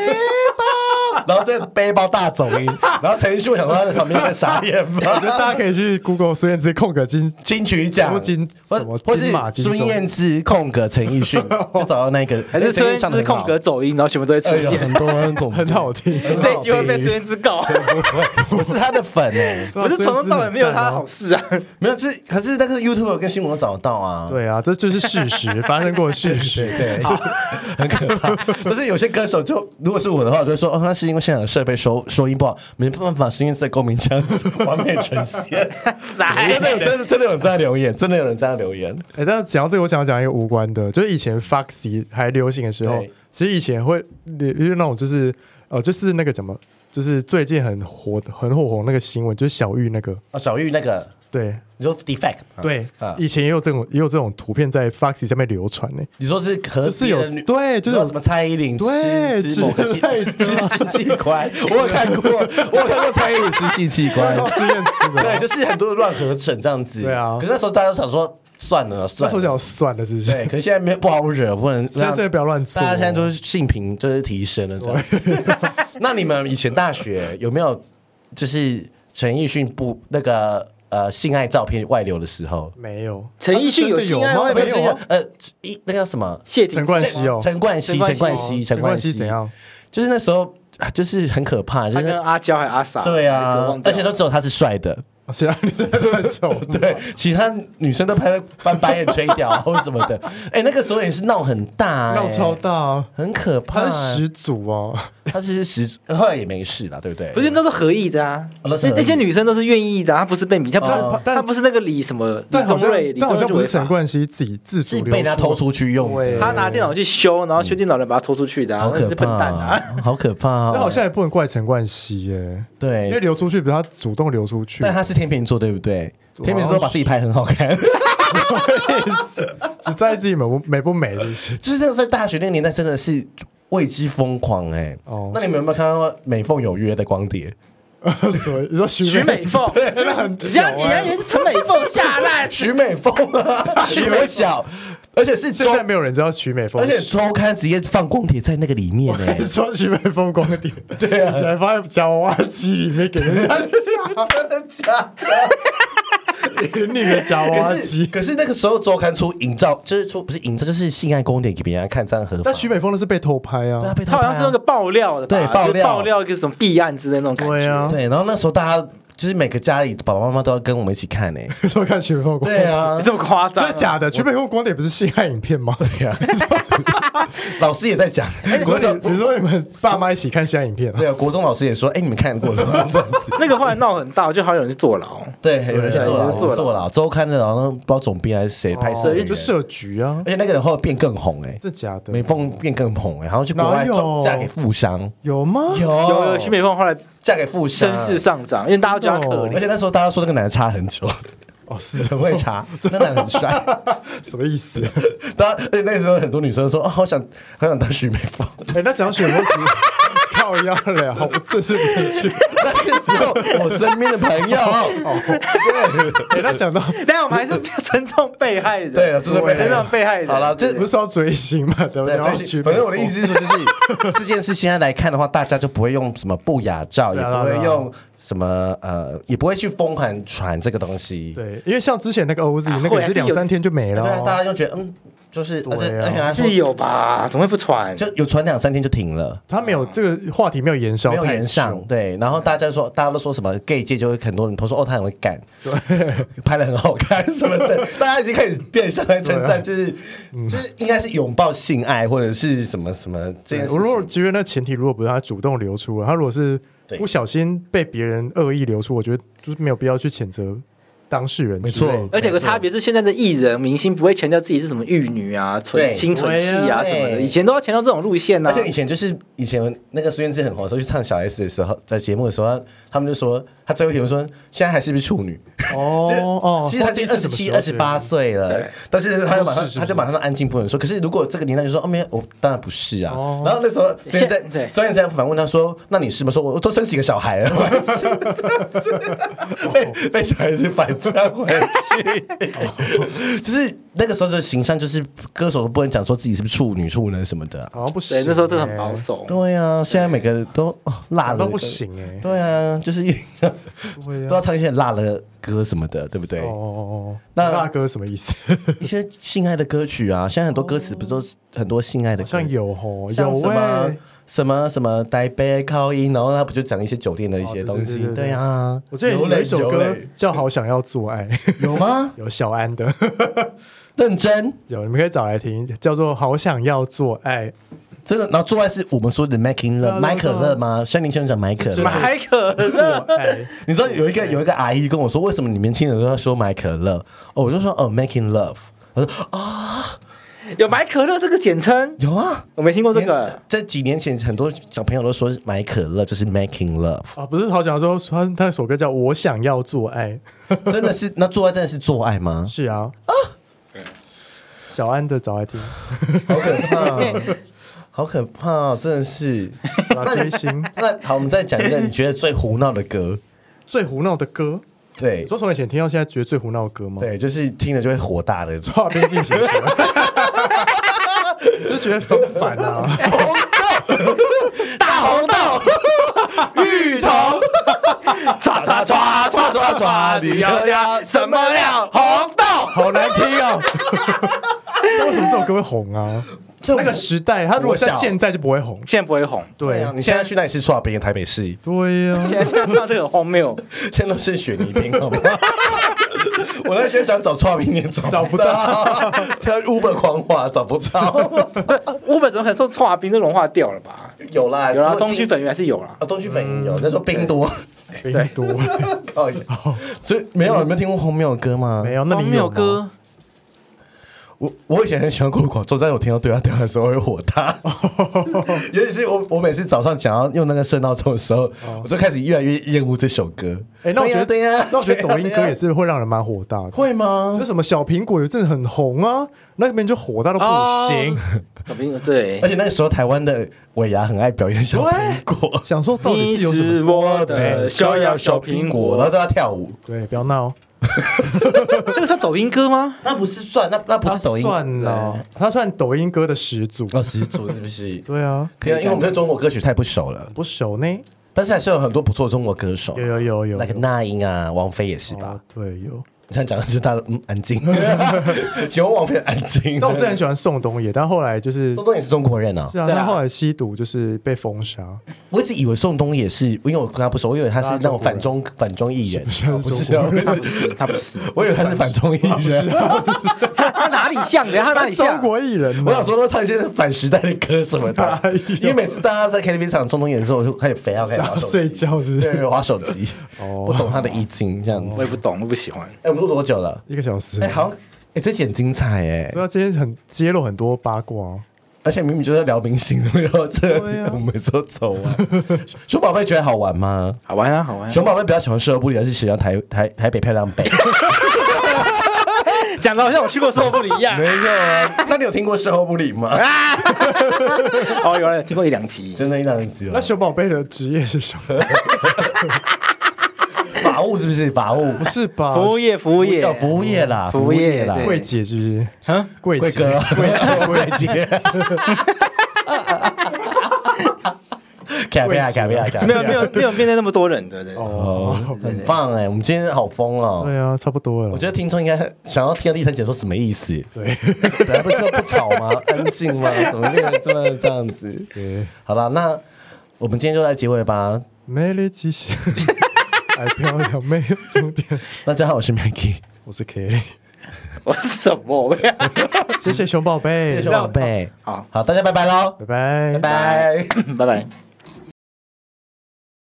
包，然后这背包大走音， 然后陈奕迅我想说他在旁边在傻眼
我觉得
吧。
大家可以去 Google 孙燕姿空格金，
金曲奖，
金
或
什么
或
金
是
马金钟
孙燕姿空格陈奕迅， 就找到那个，
还是孙燕姿空格走音，然后全部都会出
哎呦，
现？
很多很哦恐怖，
很好听。
这一句会被孙燕姿告。
我是他的粉哎、
我是从头到尾没有他好事啊！
没有，是可是那个 YouTube 跟新闻有找到啊，
对啊，这就是事实， 发生过的事实。
对， 很可怕。但是有些歌手就如果是我的话，我就会说哦，那是因为现场设备收收音不好，没办法，孙燕姿的共鸣腔完美呈 现。 真的有真的真的有人在留言，真的有人在留言。
哎，但讲到这个，我想讲一个无关的，就是以前 Foxy 还流行的时候
对，
其实以前会就是那种就是呃，就是那个怎么，就是最近很火很火红那个新闻，就是小玉那个，
哦，小玉那个，
对
你说 defect，啊
对
啊，，
以前也有这种也有这种图片在 Foxy 上面流传 呢。
你说是可
就是有对就是有
什么蔡依林
对
吃吃某个器
之类的
吃性器 官，我有看过， 我有看过蔡依林吃性器官，
孙燕姿的，
对，就是很多乱合成这样子。
啊对啊
可是那时候大家都想说，算了，
那
算
时候
了。
想算了，是不
对，
是？
可是现在没有不好惹，不能
现在真的不要乱做哦
大家现在都是性平，就是提升了这样子。 那你们以前大学有没有就是陈奕迅不那个呃性爱照片外流的时候？
没有，
陈奕迅有性爱
他
外
是
流
真
没
的
有
有
啊
吗？
呃，一那叫什么？
谢霆
陈冠希哦，
陈冠希，陈
陈
冠
冠
希，
希
陈冠希
怎？样？
就是那时候啊就是很可怕，就
他
是
跟阿娇还有阿 sa，
对啊
忘，掉
而且都只有他是帅的。
哦其他女生都很丑，
对，其他女生都拍翻白眼、吹掉啊或什么的。哎、那个时候也是闹很大、
闹超
哎，
大啊，
很可怕、
他是始祖哦。
他是十，后来也没事了，对不对？
不是，那是合意的啊。
哦那是合意
那那些女生都是愿意的啊，她不是被迷，她不
哦
是她不是那个李什么李
但好
宗
像
瑞，李
但
宗
好
瑞
像
就
不
违
是
法
陈。冠希自己自
是
主
被人家偷
流出
出去用
对
的，
他拿电脑去修，然后修电脑的人把他拖出去的啊，
好可
是
怕、
笨蛋啊！
好可怕、哦。
那好像也不能怪陈冠希耶，因为
对，
流出去，比如他主动流出去
但，他是天秤座，对不对？
好像
天秤座都把自己拍很好看，
只在意自己美不美不美，是不是？
就是那个在大学那个年代真的是为之疯狂哎、
哦
那你们有没有看到美凤有约的光碟？
所以你说徐
徐 美凤，
那很
只要 人家以为是陈美凤下烂，
徐美凤啊，徐美小，而且是
现
周
在没有人知道徐美凤
而且
是谁，
周刊直接放光碟在那个里面呢、哎
你哎说徐美凤光碟，对啊，才发现夹娃娃机里面给人家啊
真的假的？
那个夹娃娃
可是
机。
可是那个时候周刊出营造，就是出不是营造，就是性爱光碟给别人看，这样合法。
但徐美凤那是被偷拍
对啊
啊，
被
他好像是那个爆料的吧，
对
就是
爆料
爆料一个什么弊案之类那种感
对
觉。
啊，
对，然后那时候大家就是每个家里爸爸妈妈都要跟我们一起看欸呢、
说看徐美凤光
对
碟，
啊
你， 这么夸张
真
啊？
的假的？徐美凤光碟不是性爱影片吗？对呀，
老师也在讲，
你
国
说
中
你你说你们爸妈一起看性爱影片啊？
对啊，国中老师也说，哎，你们看过了吗？ 这样子，
那个后来闹很大，就好像有人去坐牢。
对，有人去坐牢，
有人去坐牢
坐牢，周刊的，然后不知道总编还是谁拍摄
哦
人员，
就设局啊
而，且那个人后来变更红哎、
这假的
美凤变更红哎、然后去国
哪
外
有
做嫁给富商，
有吗？
有
有有徐美凤后来
嫁给富商，
声势上涨，因为大家都觉得她可
真
而
怜。
且那时候大家说那个男的差很久，
哦，是
很会查，那男的很帅。
什么意思？
当然，而且那时候很多女生说：“哦，好想好想当徐美凤。
哎、那讲雪凤其实 靠腰了，好不正式不正 确。”
那个时候，我身边的 朋友，
哎、那讲到
但我们还是尊重被害人，
对了，就是被
尊重被害人。
好了，这
不是要追星嘛，对不
对，
对？
所
要
以
去
反正我的意思是说，就是 这件事现在来看的话，大家就不会用什么不雅照，也
对啊对
不
啊
会用什么呃，也不会去疯狂传这个东西。
对，因为像之前那个 OZ、
啊
那个也是
后来是有
两三天就没了、
对啊，大
哦。
家就觉得嗯，就是
对
而
啊
且而且还
是
说
有吧？怎么会不传？
就有传两三天就停了。
他没有这个话题没有延烧，
没有延上，，对，然后大家说，大家都说什么 gay 界就会很多人都说哦，他很会干，对， 拍的很好看什么 的，大家已经开始变相来称赞，就是就是应该是拥抱性爱或者是什么什么这
对
件事
我如果
情，
觉得那前提如果不是他主动流出，他如果是
对
不小心被别人恶意流出，我觉得就是没有必要去谴责当事人
没
之类的。
错
而且有个差别是，现在的艺人明星不会强调自己是什么玉女啊、
对
纯清纯系啊
对
什么的，以前都要强调这种路线呐、
而
啊。
且以前就是以前那个孙燕姿很红的时候，去唱小 S 的时候，在节目的时候，他们就说他最后一题目说现在还是不是处女，
哦 哦，
其实他已经
到
二
底
十
是什
七、
么
二
时
十
候
八岁了
对，
但是他就马
哦
上
是是
他就马上安静不能说。可是如果这个年代就说哦没有，我当然不是啊
哦。
然后那时候所以在
现对
所以在反问他说，那你是吗？说我我都生几个小孩了，我
哦
还是这样子被被小孩子反转回
哦
去，就是那个时候的形象，就是歌手都不能讲说自己是不是处女处男什么的啊。
好像不行欸、
对，那时候真的很保守。
对啊，现在每个都哦辣
打
的
到不。行哎、
对啊，就是
对啊
都要唱一些辣的歌什么的，对不对？
哦哦哦，
那
那大哥什么 意思？
一些性爱的歌曲啊，现在很多歌词不是都是很多性爱的
好
歌曲，
像有吼，
像
有
什么、
欸
什么什么台北靠音，然后他不就讲一些酒店的一些
哦对
东西？
对对对
啊，
我之前有
嘞
一首
有
歌
嘞
叫《好想要做爱》，
有吗？
有小安的，
认真
有你们可以找来听，叫做《好想要做爱》。
真的，然后做爱是我们说的 making
对啊
love，麦可
对啊对
乐
啊
吗？山林先生讲麦可
呃是啊
乐
真。
买可
做
乐，
爱，
你知道有一个有一个阿姨跟我说，为什么你年轻人都要说买可乐？哦，我就说哦，making love。我说哦，
有买可乐这个简称，
有啊，
我没听过这个。
在几年前，很多小朋友都说买可乐就是 making love。
啊，不是好想说，他他那首歌叫《我想要做爱》，
真的是那做爱真的是做爱吗？
是啊，小安的找来听，
好可怕、哦，好可怕、哦，真的是。
把追星
那好，我们再讲一个你觉得最胡闹的歌，
最胡闹的歌，
对
你说从以前听到现在觉得最胡闹的歌吗？，
对，就是听了就会火大的。
跨边进行 时，只是觉得很烦啊。
大红豆，
芋头，唰唰唰唰唰唰，你要加什么料？红豆。
好难听哦！那为什么这首歌会红啊？
这
那个时代，他如果在
国小
现在就不会红。
现在不会红。
对
对
啊，你现在去那里是刷冰，台北市，
对呀、
现在现在唱这个很荒谬，
现在都是雪泥冰，好吗？我那时候想找刷冰也找
找不
到，现在 Uber 狂滑找不到。
五本怎么可能说啊串冰都融化掉了吧？
有啦，
有啦，
如果
东
今
区粉圆还是有啦。
啊，东区粉也有，那时候冰多。
冰多
靠腰哦 所以没有，你没有听过荒谬的歌吗？
没。有，那你有
谬
吗？
歌，
我我以前很喜欢郭广州，但是我听到对他调的时候会火大，尤其是我我每次早上想要用那个声闹钟的时候，我就开始越来越厌恶这首歌。
哎、那我觉得，
对呀，对呀
那我觉得抖音歌也
对呀
是会让人蛮火大的。
会吗
就？什么小苹果有一阵很红啊，那边就火大到不行。
小冰对
而，且那个时候台湾的尾牙很爱表演小苹果，
想说到底是有什
你是
么？
我的逍遥小苹
然后
果，
都要跳舞，
对，不要闹，
这个算抖音歌吗？
那不是啊算那那不
他
是抖音哦
算了，他算抖音歌的始祖。
二十组是不是？
对啊，
可以，因为我们对中国歌曲太不熟了，
不熟呢。
但是还是有很多不错的中国歌手
有，有有有，
那个那英啊，王菲也是吧？
哦对有。
你现在讲的是他的嗯安静， 喜欢王菲的安静。
但我真的很喜欢宋冬野，但后来就是
宋冬野是中国人啊，
是啊，
对啊
他后来吸毒就是被封杀，
我一直以为宋冬野是，因为我跟他不熟，我以为他是那种反 中反中艺人，哦不是啊，我以为是
他不是，
我以为他是反中艺人。
他哪里 像的？他哪里
中
像？
国艺人哎
我
嘛。
想说，都唱一些反时代的歌什 么的
哪有，
因为每次大家在 KTV 唱宋冬野的时候，我就开始肥要开始滑
想
手机
睡，觉是不
对，
是？
滑手机，
哦
不懂他的意境这样
我
子。
也不懂，我不喜欢。
哎，我们录多久了？
一个小时。
哎，好像，哎，这集很精彩哎
对，啊，今天很揭露很多八卦。
而且明明就是在聊明星，怎么聊到这
对
里
啊
我们说走啊？熊宝贝觉得好玩吗？
好玩啊，好玩啊！
熊宝贝比较喜欢社不里，还是喜欢台台台北漂亮北？
讲的好像我 去过售后部一样。
有啊，那你有听过社不里吗？
哦，有人听过一两集，
真的一档子
那
哦，
熊宝贝的职业是什么？
法务是不是？法务不
不是 吧？
服务业，服务业
哦，服务业啦，
服务业
啦
对，
柜姐是不是？
啊，
柜
贵
姐
哥，贵姐，贵姐。改变啊，改变啊，改
没
变
有没有没有面对那么多人的，对对
哦，很棒哎，我们今天好疯哦。
对啊，差不多了。
我觉得听众应该想要听到立晨姐说什么意思？
对，
本来不是说不吵 吗？安静吗？怎么变成这么这样子？
对，
好了，那我们今天就在结尾吧。
美丽极限，爱漂亮没有终点。
大家好，我是 Maggie，
我是 Kelly，
我是什么呀？
谢谢熊宝贝，
谢谢宝贝，
好，
好，大家拜拜喽，
拜
拜。
拜
拜。
拜拜。